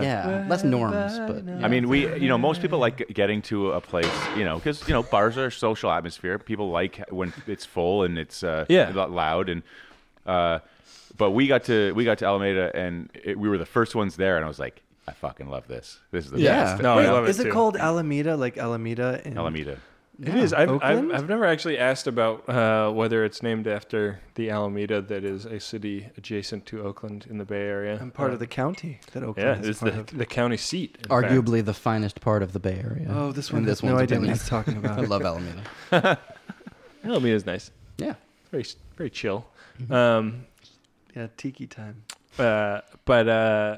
[SPEAKER 5] yeah. Less norms, but
[SPEAKER 3] I mean, we, you know, most people like getting to a place, you know, because you know, bars are a social atmosphere. People like when it's full and it's uh,
[SPEAKER 2] Yeah.
[SPEAKER 3] lo- loud and. Uh, but we got to we got to Alameda and it, we were the first ones there, and I was like, I fucking love this. This is the best.
[SPEAKER 2] no I
[SPEAKER 4] Wait,
[SPEAKER 2] love it
[SPEAKER 4] is it
[SPEAKER 2] too.
[SPEAKER 4] called Alameda? Like Alameda? In,
[SPEAKER 3] Alameda.
[SPEAKER 2] It is. I've, I've,
[SPEAKER 4] Oakland?
[SPEAKER 2] I've never actually asked about uh, whether it's named after the Alameda, that is a city adjacent to Oakland in the Bay Area. Uh,
[SPEAKER 4] I'm part of the county that
[SPEAKER 2] Yeah,
[SPEAKER 4] Oakland is
[SPEAKER 2] it's
[SPEAKER 4] part
[SPEAKER 2] the,
[SPEAKER 4] of.
[SPEAKER 2] the county seat. in fact.
[SPEAKER 5] arguably the finest part of the Bay Area.
[SPEAKER 4] Oh, this
[SPEAKER 5] And
[SPEAKER 4] one has no
[SPEAKER 5] one's a bit
[SPEAKER 4] idea what
[SPEAKER 5] nice.
[SPEAKER 4] he's talking
[SPEAKER 5] I
[SPEAKER 4] about.
[SPEAKER 5] love Alameda.
[SPEAKER 2] Alameda is nice.
[SPEAKER 5] Yeah.
[SPEAKER 4] Mm-hmm.
[SPEAKER 2] Very, s- very chill. Um,
[SPEAKER 4] Yeah, tiki time.
[SPEAKER 2] Uh, but uh,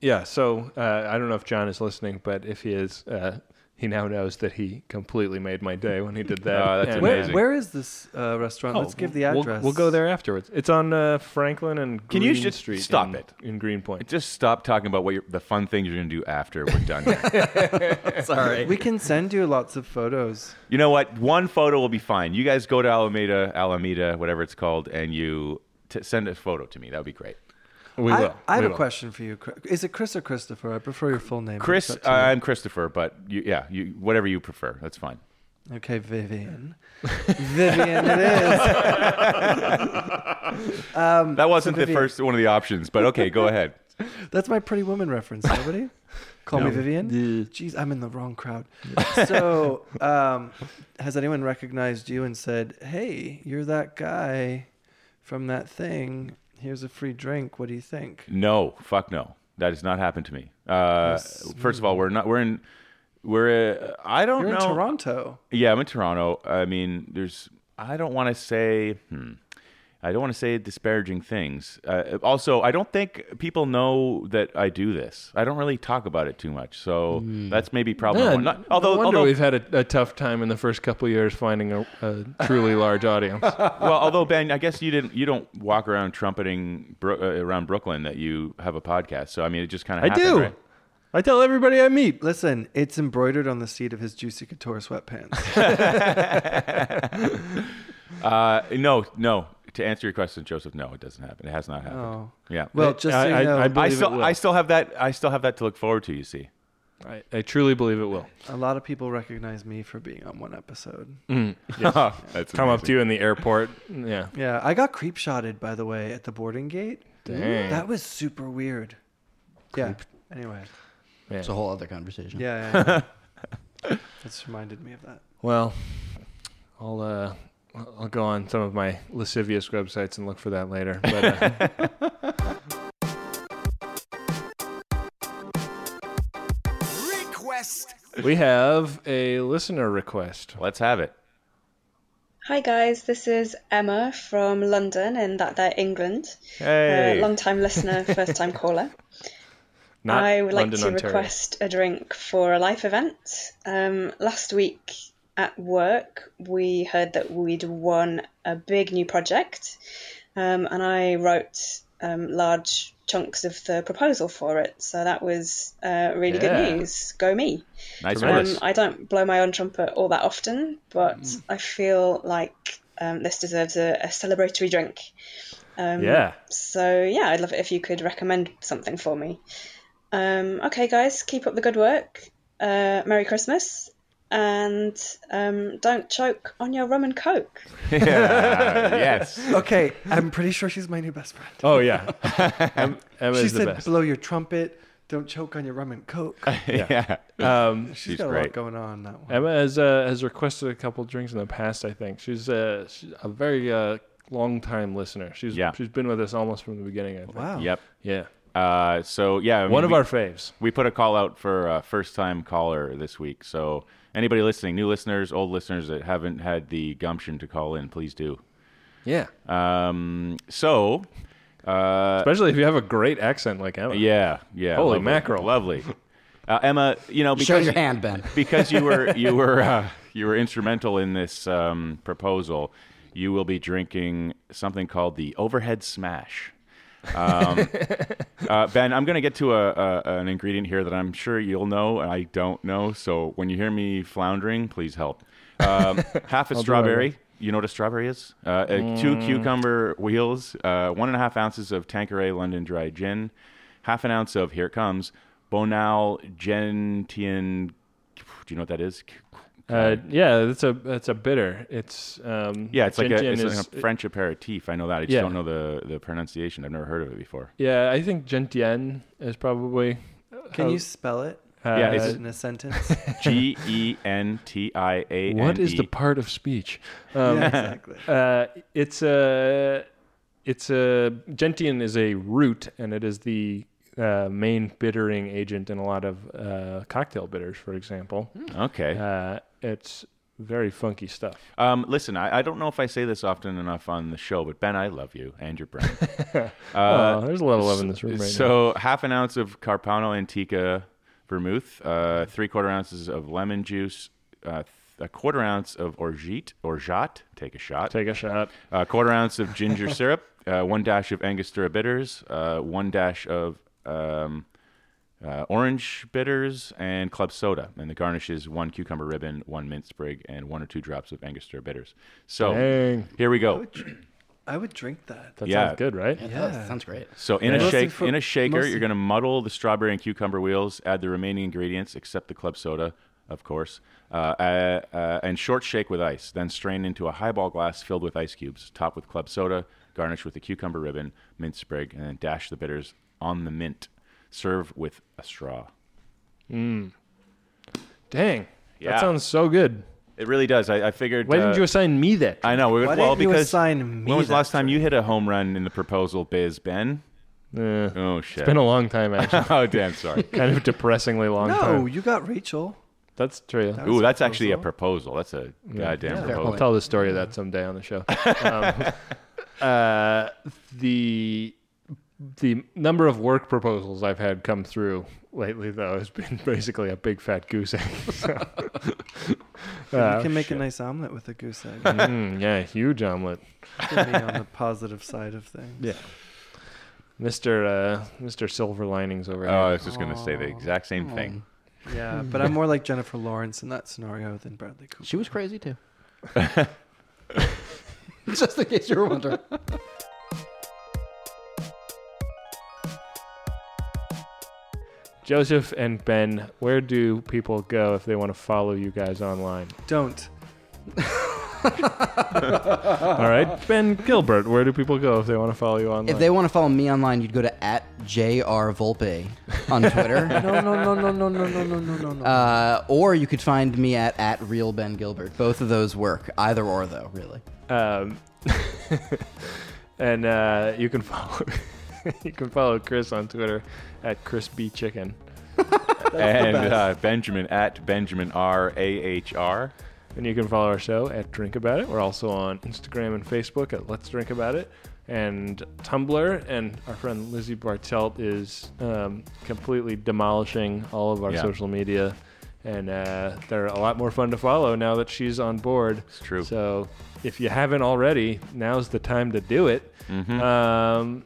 [SPEAKER 2] yeah, so uh, I don't know if John is listening, but if he is, uh, he now knows that he completely made my day when he did that.
[SPEAKER 3] Oh, that's
[SPEAKER 2] And- uh,
[SPEAKER 4] Where,
[SPEAKER 3] Amazing.
[SPEAKER 4] where is this uh, restaurant?
[SPEAKER 2] Oh,
[SPEAKER 4] Let's give the
[SPEAKER 2] we'll-
[SPEAKER 4] address.
[SPEAKER 2] We'll, go there afterwards. It's on uh, Franklin and
[SPEAKER 3] Can
[SPEAKER 2] Green
[SPEAKER 3] you just
[SPEAKER 2] Street.
[SPEAKER 3] stop
[SPEAKER 2] in-
[SPEAKER 3] it?
[SPEAKER 2] in Greenpoint?
[SPEAKER 3] Just stop talking about what you're, the fun things you're going to do after we're done here.
[SPEAKER 5] Sorry.
[SPEAKER 4] We can send you lots of photos.
[SPEAKER 3] you know what? One photo will be fine. You guys go to Alameda, Alameda, whatever it's called, and you t- send a photo to me. That would be great.
[SPEAKER 2] We
[SPEAKER 4] I,
[SPEAKER 2] will.
[SPEAKER 4] I have
[SPEAKER 2] We
[SPEAKER 4] a
[SPEAKER 2] will.
[SPEAKER 4] question for you. Chris. Is it Chris or Christopher? I prefer your full name.
[SPEAKER 3] Chris,
[SPEAKER 4] It's
[SPEAKER 3] uh,
[SPEAKER 4] up to you.
[SPEAKER 3] I'm Christopher, but you, yeah, you, whatever you prefer, that's fine. uh,
[SPEAKER 4] Okay, Vivian. Vivian, it is. um,
[SPEAKER 3] That wasn't the
[SPEAKER 4] Vivian.
[SPEAKER 3] first one of the options, but okay, go ahead.
[SPEAKER 4] that's my Pretty Woman reference. Nobody call me Vivian. Jeez, I'm in the wrong crowd. so, um, has anyone recognized you and said, "Hey, you're that guy from that thing. Here's a free drink. What do you think?"
[SPEAKER 3] No, fuck no. That has not happened to me. Uh, first of all, we're not. We're in. We're. Uh, I don't
[SPEAKER 4] You're
[SPEAKER 3] know.
[SPEAKER 4] in Toronto.
[SPEAKER 3] Yeah, I'm in Toronto. I mean, there's. I don't want to say. Hmm, I don't want to say disparaging things. Uh, also, I don't think people know that I do this. I don't really talk about it too much, so that's maybe problem.
[SPEAKER 2] Yeah,
[SPEAKER 3] one. Not- although,
[SPEAKER 2] no wonder
[SPEAKER 3] although
[SPEAKER 2] we've had a, a tough time in the first couple years finding a, a truly large audience.
[SPEAKER 3] well, although Ben, I guess you didn't. You don't walk around trumpeting Bro- uh, around Brooklyn that you have a podcast. So I mean, it just kind of
[SPEAKER 2] I do. I tell everybody I meet.
[SPEAKER 4] Listen, it's embroidered on the seat of his Juicy Couture sweatpants.
[SPEAKER 3] Uh, no, no. To answer your question, Joseph, no, it doesn't happen. It has not happened.
[SPEAKER 4] Oh.
[SPEAKER 3] Yeah.
[SPEAKER 4] Well,
[SPEAKER 2] It-
[SPEAKER 4] just so
[SPEAKER 2] I-
[SPEAKER 4] you
[SPEAKER 2] I-
[SPEAKER 4] know,
[SPEAKER 2] I believe
[SPEAKER 3] I
[SPEAKER 2] it
[SPEAKER 3] still,
[SPEAKER 2] will.
[SPEAKER 3] I still have that. I still have that to look forward to. You see.
[SPEAKER 2] I, I truly believe it will.
[SPEAKER 4] a lot of people recognize me for being on one episode.
[SPEAKER 2] Mm.
[SPEAKER 3] That's
[SPEAKER 2] Come up to you in the airport. Yeah.
[SPEAKER 4] Yeah, I got creep shotted by the way at the boarding gate.
[SPEAKER 2] Dang.
[SPEAKER 4] That was super weird. Yeah. Anyway.
[SPEAKER 5] It's a whole other conversation.
[SPEAKER 4] Yeah. yeah, yeah. That's reminded me of that.
[SPEAKER 2] Well, I'll uh, I'll go on some of my lascivious websites and look for that later. But, uh,
[SPEAKER 1] Request.
[SPEAKER 2] we have a listener request.
[SPEAKER 3] Let's have it.
[SPEAKER 6] Hi guys, this is Emma from London in that there England.
[SPEAKER 3] Hey.
[SPEAKER 6] Uh, long time listener, first time caller.
[SPEAKER 2] Not
[SPEAKER 6] I would like
[SPEAKER 2] London,
[SPEAKER 6] to
[SPEAKER 2] Ontario.
[SPEAKER 6] request a drink for a life event. Um, last week at work, we heard that we'd won a big new project, um, and I wrote um, large chunks of the proposal for it. So that was uh, really
[SPEAKER 2] Yeah.
[SPEAKER 6] good news. Go me.
[SPEAKER 3] Nice
[SPEAKER 2] Tremendous.
[SPEAKER 6] Um,
[SPEAKER 3] work.
[SPEAKER 6] I don't blow my own trumpet all that often, but I feel like um, this deserves a, a celebratory drink. Um,
[SPEAKER 2] Yeah.
[SPEAKER 6] So yeah, I'd love it if you could recommend something for me. Um, okay, guys, keep up the good work. Uh, Merry Christmas, and um, don't choke on your rum and coke.
[SPEAKER 3] Yeah, yes.
[SPEAKER 4] Okay, I'm pretty sure she's my new best friend.
[SPEAKER 2] Oh yeah. Em- Emma
[SPEAKER 4] she
[SPEAKER 2] is the
[SPEAKER 4] said,
[SPEAKER 2] best.
[SPEAKER 4] blow your trumpet, don't choke on your rum and coke.
[SPEAKER 3] Yeah.
[SPEAKER 2] Um,
[SPEAKER 4] She's
[SPEAKER 3] She's
[SPEAKER 4] got a lot
[SPEAKER 3] great.
[SPEAKER 4] going on that one.
[SPEAKER 2] Emma has uh, has requested a couple drinks in the past. I think she's, uh, she's a very uh, long time listener. She's
[SPEAKER 3] Yeah.
[SPEAKER 2] she's been with us almost from the beginning. I think.
[SPEAKER 4] Wow.
[SPEAKER 3] Yep.
[SPEAKER 2] Yeah.
[SPEAKER 3] Uh, so yeah, I mean,
[SPEAKER 2] One of
[SPEAKER 3] we-
[SPEAKER 2] our faves.
[SPEAKER 3] we put a call out for uh, first time caller this week. So anybody listening, new listeners, old listeners that haven't had the gumption to call in, please do.
[SPEAKER 2] Yeah.
[SPEAKER 3] Um, so uh,
[SPEAKER 2] Especially if you have a great accent like Emma.
[SPEAKER 3] yeah, yeah.
[SPEAKER 2] Holy
[SPEAKER 3] lovely,
[SPEAKER 2] mackerel.
[SPEAKER 3] Lovely. Uh, Emma, you know, because
[SPEAKER 5] Show your hand, Ben.
[SPEAKER 3] because you were you were uh, you were instrumental in this um, proposal, you will be drinking something called the Overhead Smash. Um, uh, ben, I'm going to get to a, a an ingredient here that I'm sure you'll know and I don't know. So when you hear me floundering, please help. Um, half a strawberry. You know what a strawberry is? Uh, uh, Two
[SPEAKER 2] Mm.
[SPEAKER 3] cucumber wheels, uh, one and a half ounces of Tanqueray London Dry Gin, half an ounce of here it comes Bonal Gentian. Do you know what that is?
[SPEAKER 2] Uh, yeah, that's a that's a bitter. It's um,
[SPEAKER 3] Yeah, it's like, a,
[SPEAKER 2] gentian
[SPEAKER 3] it's
[SPEAKER 2] is-
[SPEAKER 3] like a French aperitif. I know that. I just
[SPEAKER 2] Yeah.
[SPEAKER 3] don't know the, the pronunciation. I've never heard of it before.
[SPEAKER 2] yeah, I think gentian is probably.
[SPEAKER 4] Can
[SPEAKER 2] how-
[SPEAKER 4] you spell it?
[SPEAKER 2] Uh,
[SPEAKER 3] Yeah,
[SPEAKER 4] Is
[SPEAKER 3] it's-
[SPEAKER 4] it in a sentence?
[SPEAKER 3] G E N T I A N. E.
[SPEAKER 2] what is the part of speech? Um,
[SPEAKER 4] yeah, exactly.
[SPEAKER 2] uh, it's a it's a gentian is a root, and it is the uh, main
[SPEAKER 3] Hmm.
[SPEAKER 2] bittering agent in a lot of uh, cocktail bitters, for example.
[SPEAKER 3] Okay.
[SPEAKER 2] Uh, it's very funky stuff.
[SPEAKER 3] Um, listen, I, I don't know if I say this often enough on the show, but Ben, I love you and your brand.
[SPEAKER 2] Uh, there's a lot of love in this room right now.
[SPEAKER 3] so half an ounce of Carpano Antica vermouth, uh, three quarter ounces of lemon juice, uh, th- a quarter ounce of orgeat, orgeat, take a shot,
[SPEAKER 2] Take a shot.
[SPEAKER 3] a quarter ounce of ginger syrup, uh, one dash of Angostura bitters, uh, one dash of um, uh, orange bitters, and club soda. And the garnish is one cucumber ribbon, one mint sprig, and one or two drops of Angostura bitters. So
[SPEAKER 2] Dang.
[SPEAKER 3] here we go.
[SPEAKER 4] I would drink that.
[SPEAKER 2] That
[SPEAKER 3] Yeah.
[SPEAKER 2] sounds good, right?
[SPEAKER 5] It does. Sounds great.
[SPEAKER 3] So in a
[SPEAKER 4] Mostly
[SPEAKER 3] shake,
[SPEAKER 4] for-
[SPEAKER 3] in a shaker,
[SPEAKER 4] mostly-
[SPEAKER 3] you're going to muddle the strawberry and cucumber wheels, add the remaining ingredients except the club soda, of course, uh, uh, uh, and short shake with ice. Then strain into a highball glass filled with ice cubes. Top with club soda, garnish with a cucumber ribbon, mint sprig, and then dash the bitters on the mint. Serve with a straw.
[SPEAKER 2] Dang.
[SPEAKER 3] Yeah.
[SPEAKER 2] That sounds so good.
[SPEAKER 3] It really does. I, I figured.
[SPEAKER 2] Why
[SPEAKER 3] uh,
[SPEAKER 2] didn't you assign me that?
[SPEAKER 3] I know. We're,
[SPEAKER 4] Why
[SPEAKER 3] well,
[SPEAKER 4] didn't you
[SPEAKER 3] because
[SPEAKER 4] assign me
[SPEAKER 3] when was the
[SPEAKER 4] that
[SPEAKER 3] last time you hit a home run in the proposal biz, Ben?
[SPEAKER 2] Eh,
[SPEAKER 3] Oh shit.
[SPEAKER 2] It's been a long time, actually.
[SPEAKER 3] oh damn. Sorry.
[SPEAKER 2] kind of depressingly long
[SPEAKER 4] No,
[SPEAKER 2] time.
[SPEAKER 4] you got Rachel.
[SPEAKER 2] That's true.
[SPEAKER 3] Ooh, that's actually a proposal. That's a goddamn proposal.
[SPEAKER 2] I'll tell the story of that someday on the show. Um, uh, the the number of work proposals I've had come through lately, though, has been basically a big fat goose egg. So, Oh, uh,
[SPEAKER 4] you can make a nice omelet with a goose egg. Getting
[SPEAKER 2] mm, yeah, huge omelet.
[SPEAKER 4] on the positive side of things.
[SPEAKER 2] Yeah. Mister uh, Mister Silver Linings over
[SPEAKER 3] Oh, I
[SPEAKER 2] here.
[SPEAKER 3] was just going to say the exact same thing.
[SPEAKER 4] Yeah, but I'm more like Jennifer Lawrence in that scenario than Bradley Cooper.
[SPEAKER 5] She was crazy too. Just in case you were wondering.
[SPEAKER 2] Joseph and Ben, where do people go if they want to follow you guys online?
[SPEAKER 4] Don't.
[SPEAKER 2] All right, Ben Gilbert, where do people go if they want to follow you online?
[SPEAKER 5] If they want to follow me online, you'd go to at JR Volpe on Twitter.
[SPEAKER 4] No, no, no, no, no, no, no, no, no, no, no.
[SPEAKER 5] uh, or you could find me at, at Real Ben Gilbert. Both of those work. Either or, though, really.
[SPEAKER 2] Um, and uh, you can follow you can follow Chris on Twitter at Chris B Chicken.
[SPEAKER 3] And uh, Benjamin at Benjamin R A H R.
[SPEAKER 2] And you can follow our show at Drink About It. We're also on Instagram and Facebook at Let's Drink About It and Tumblr. And our friend Lizzie Bartelt is um, completely demolishing all of our
[SPEAKER 3] Yeah.
[SPEAKER 2] social media. And uh, they're a lot more fun to follow now that she's on board. It's
[SPEAKER 3] true.
[SPEAKER 2] So if you haven't already, now's the time to do it.
[SPEAKER 3] Mm-hmm.
[SPEAKER 2] Um,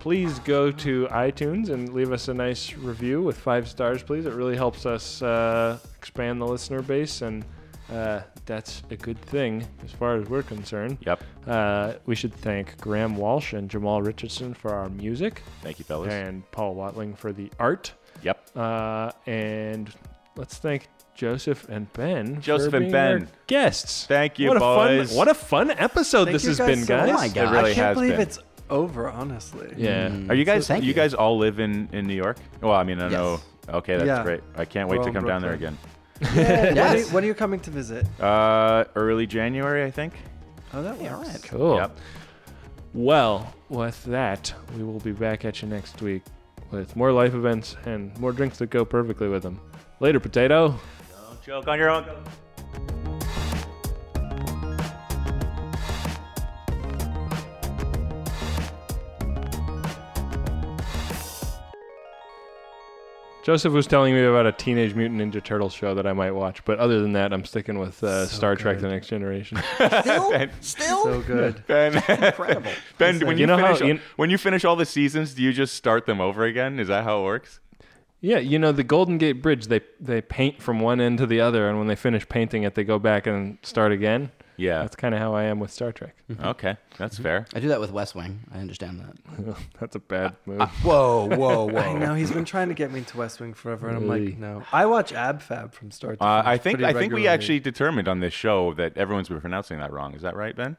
[SPEAKER 2] please go to iTunes and leave us a nice review with five stars, please. It really helps us uh, expand the listener base, and uh, that's a good thing as far as we're concerned.
[SPEAKER 3] Yep.
[SPEAKER 2] Uh, we should thank Graham Walsh and Jamal Richardson for our music,
[SPEAKER 3] Thank you, fellas.
[SPEAKER 2] and Paul Watling for the art.
[SPEAKER 3] Yep.
[SPEAKER 2] Uh, and let's thank Joseph and Ben.
[SPEAKER 3] Joseph
[SPEAKER 2] for
[SPEAKER 3] and
[SPEAKER 2] being our
[SPEAKER 3] Ben.
[SPEAKER 2] guests.
[SPEAKER 3] Thank you,
[SPEAKER 2] what A
[SPEAKER 3] boys.
[SPEAKER 2] fun, what a fun episode
[SPEAKER 4] Thank
[SPEAKER 2] this
[SPEAKER 4] you
[SPEAKER 2] has
[SPEAKER 4] guys
[SPEAKER 2] been,
[SPEAKER 4] so
[SPEAKER 2] guys.
[SPEAKER 5] much. Oh my
[SPEAKER 3] It
[SPEAKER 5] gosh.
[SPEAKER 3] really
[SPEAKER 4] I
[SPEAKER 3] has
[SPEAKER 4] can't believe
[SPEAKER 3] been.
[SPEAKER 4] it's over, honestly.
[SPEAKER 2] Yeah.
[SPEAKER 3] Are you guys?
[SPEAKER 5] thank
[SPEAKER 3] you
[SPEAKER 5] you.
[SPEAKER 3] guys all live in in New York? Well, I mean, I
[SPEAKER 5] Yes.
[SPEAKER 3] know. Okay, that's
[SPEAKER 4] Yeah.
[SPEAKER 3] great. I can't wait
[SPEAKER 4] We're
[SPEAKER 3] to
[SPEAKER 4] all
[SPEAKER 3] come
[SPEAKER 4] in
[SPEAKER 3] down there again.
[SPEAKER 4] Brooklyn. When, are you,
[SPEAKER 5] Yes.
[SPEAKER 4] when are you coming to visit?
[SPEAKER 3] Uh, early January, I think.
[SPEAKER 4] Oh, that
[SPEAKER 5] Yeah, all
[SPEAKER 4] works.
[SPEAKER 5] right.
[SPEAKER 2] Cool.
[SPEAKER 3] Yep.
[SPEAKER 2] Well, with that, we will be back at you next week with more life events and more drinks that go perfectly with them. Later, potato.
[SPEAKER 3] Don't choke on your own.
[SPEAKER 2] Joseph was telling me about a Teenage Mutant Ninja Turtles show that I might watch, but other than that, I'm sticking with uh,
[SPEAKER 4] So
[SPEAKER 2] Star Trek:
[SPEAKER 4] good.
[SPEAKER 2] The Next Generation.
[SPEAKER 5] Still? Still?
[SPEAKER 4] So good.
[SPEAKER 3] Ben,
[SPEAKER 5] Incredible.
[SPEAKER 3] ben, when you,
[SPEAKER 2] You know how-
[SPEAKER 3] finish,
[SPEAKER 2] you-
[SPEAKER 3] when you finish all the seasons, do you just start them over again? Is that how it works?
[SPEAKER 2] yeah, you know the Golden Gate Bridge. They they paint from one end to the other, and when they finish painting it, they go back and start again.
[SPEAKER 3] Yeah.
[SPEAKER 2] That's kind of how I am with Star Trek.
[SPEAKER 3] okay, that's fair.
[SPEAKER 5] I do that with West Wing. I understand that.
[SPEAKER 2] That's a bad move.
[SPEAKER 5] Whoa, whoa,
[SPEAKER 4] I
[SPEAKER 5] whoa.
[SPEAKER 4] know he's been trying to get me into West Wing forever, and I'm
[SPEAKER 2] Really?
[SPEAKER 4] like, no. I watch Ab Fab from Star to
[SPEAKER 3] Uh,
[SPEAKER 4] finish
[SPEAKER 3] I think
[SPEAKER 4] pretty
[SPEAKER 3] I think we
[SPEAKER 4] regularly.
[SPEAKER 3] actually determined on this show that everyone's been pronouncing that wrong. Is that right, Ben?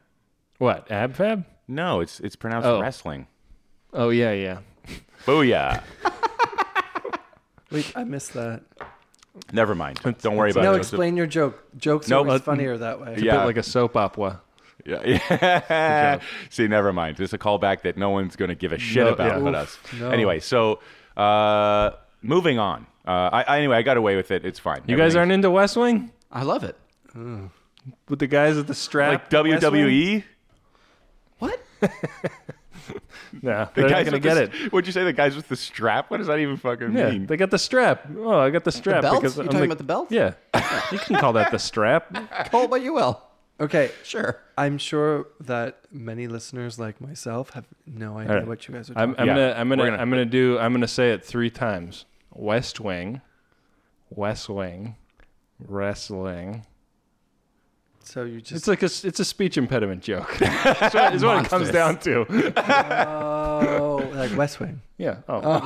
[SPEAKER 2] what ab fab?
[SPEAKER 3] No, it's it's pronounced
[SPEAKER 2] Oh.
[SPEAKER 3] wrestling.
[SPEAKER 2] Oh yeah, yeah.
[SPEAKER 3] Booyah!
[SPEAKER 4] Wait, I missed that.
[SPEAKER 3] Never mind. Don't worry about
[SPEAKER 4] no,
[SPEAKER 3] it.
[SPEAKER 4] explain your joke. Jokes
[SPEAKER 3] No,
[SPEAKER 4] are always
[SPEAKER 3] but-
[SPEAKER 4] funnier that way.
[SPEAKER 2] A
[SPEAKER 3] Yeah.
[SPEAKER 2] bit like a soap opera.
[SPEAKER 3] Yeah. yeah. See, never mind. It's a callback that no one's going to give a shit
[SPEAKER 2] No,
[SPEAKER 3] about
[SPEAKER 2] yeah.
[SPEAKER 3] but us. Anyway, so uh, moving on. Uh, I, I- anyway, I got away with it. It's fine.
[SPEAKER 2] You guys aren't into West Wing?
[SPEAKER 5] I love it.
[SPEAKER 2] with the guys at the strap.
[SPEAKER 3] Like
[SPEAKER 2] at West Wing?
[SPEAKER 3] WWE?
[SPEAKER 5] What?
[SPEAKER 2] No, they're not gonna
[SPEAKER 3] with
[SPEAKER 2] get
[SPEAKER 3] the,
[SPEAKER 2] it.
[SPEAKER 3] What'd you say? The guys with the strap? What does that even fucking
[SPEAKER 2] Yeah,
[SPEAKER 3] mean?
[SPEAKER 2] they got the strap. Oh, I got the strap
[SPEAKER 5] belt?
[SPEAKER 2] because
[SPEAKER 5] You're
[SPEAKER 2] I'm
[SPEAKER 5] talking
[SPEAKER 2] the-
[SPEAKER 5] about the belt?
[SPEAKER 2] Yeah, you can call that the strap.
[SPEAKER 5] Call it what you will.
[SPEAKER 4] Okay,
[SPEAKER 5] Sure.
[SPEAKER 4] I'm sure that many listeners like myself have no idea
[SPEAKER 2] right.
[SPEAKER 4] what you guys are
[SPEAKER 2] I'm,
[SPEAKER 4] talking
[SPEAKER 2] I'm
[SPEAKER 3] Yeah,
[SPEAKER 2] gonna, I'm gonna,
[SPEAKER 3] we're gonna-
[SPEAKER 2] I'm gonna do, I'm gonna say it three times. West Wing, West Wing, wrestling.
[SPEAKER 4] So you just
[SPEAKER 2] It's like a, s- it's a speech impediment joke. That's what, is what it comes
[SPEAKER 5] Monsters.
[SPEAKER 2] down to.
[SPEAKER 4] oh, like West Wing.
[SPEAKER 2] Yeah. Oh.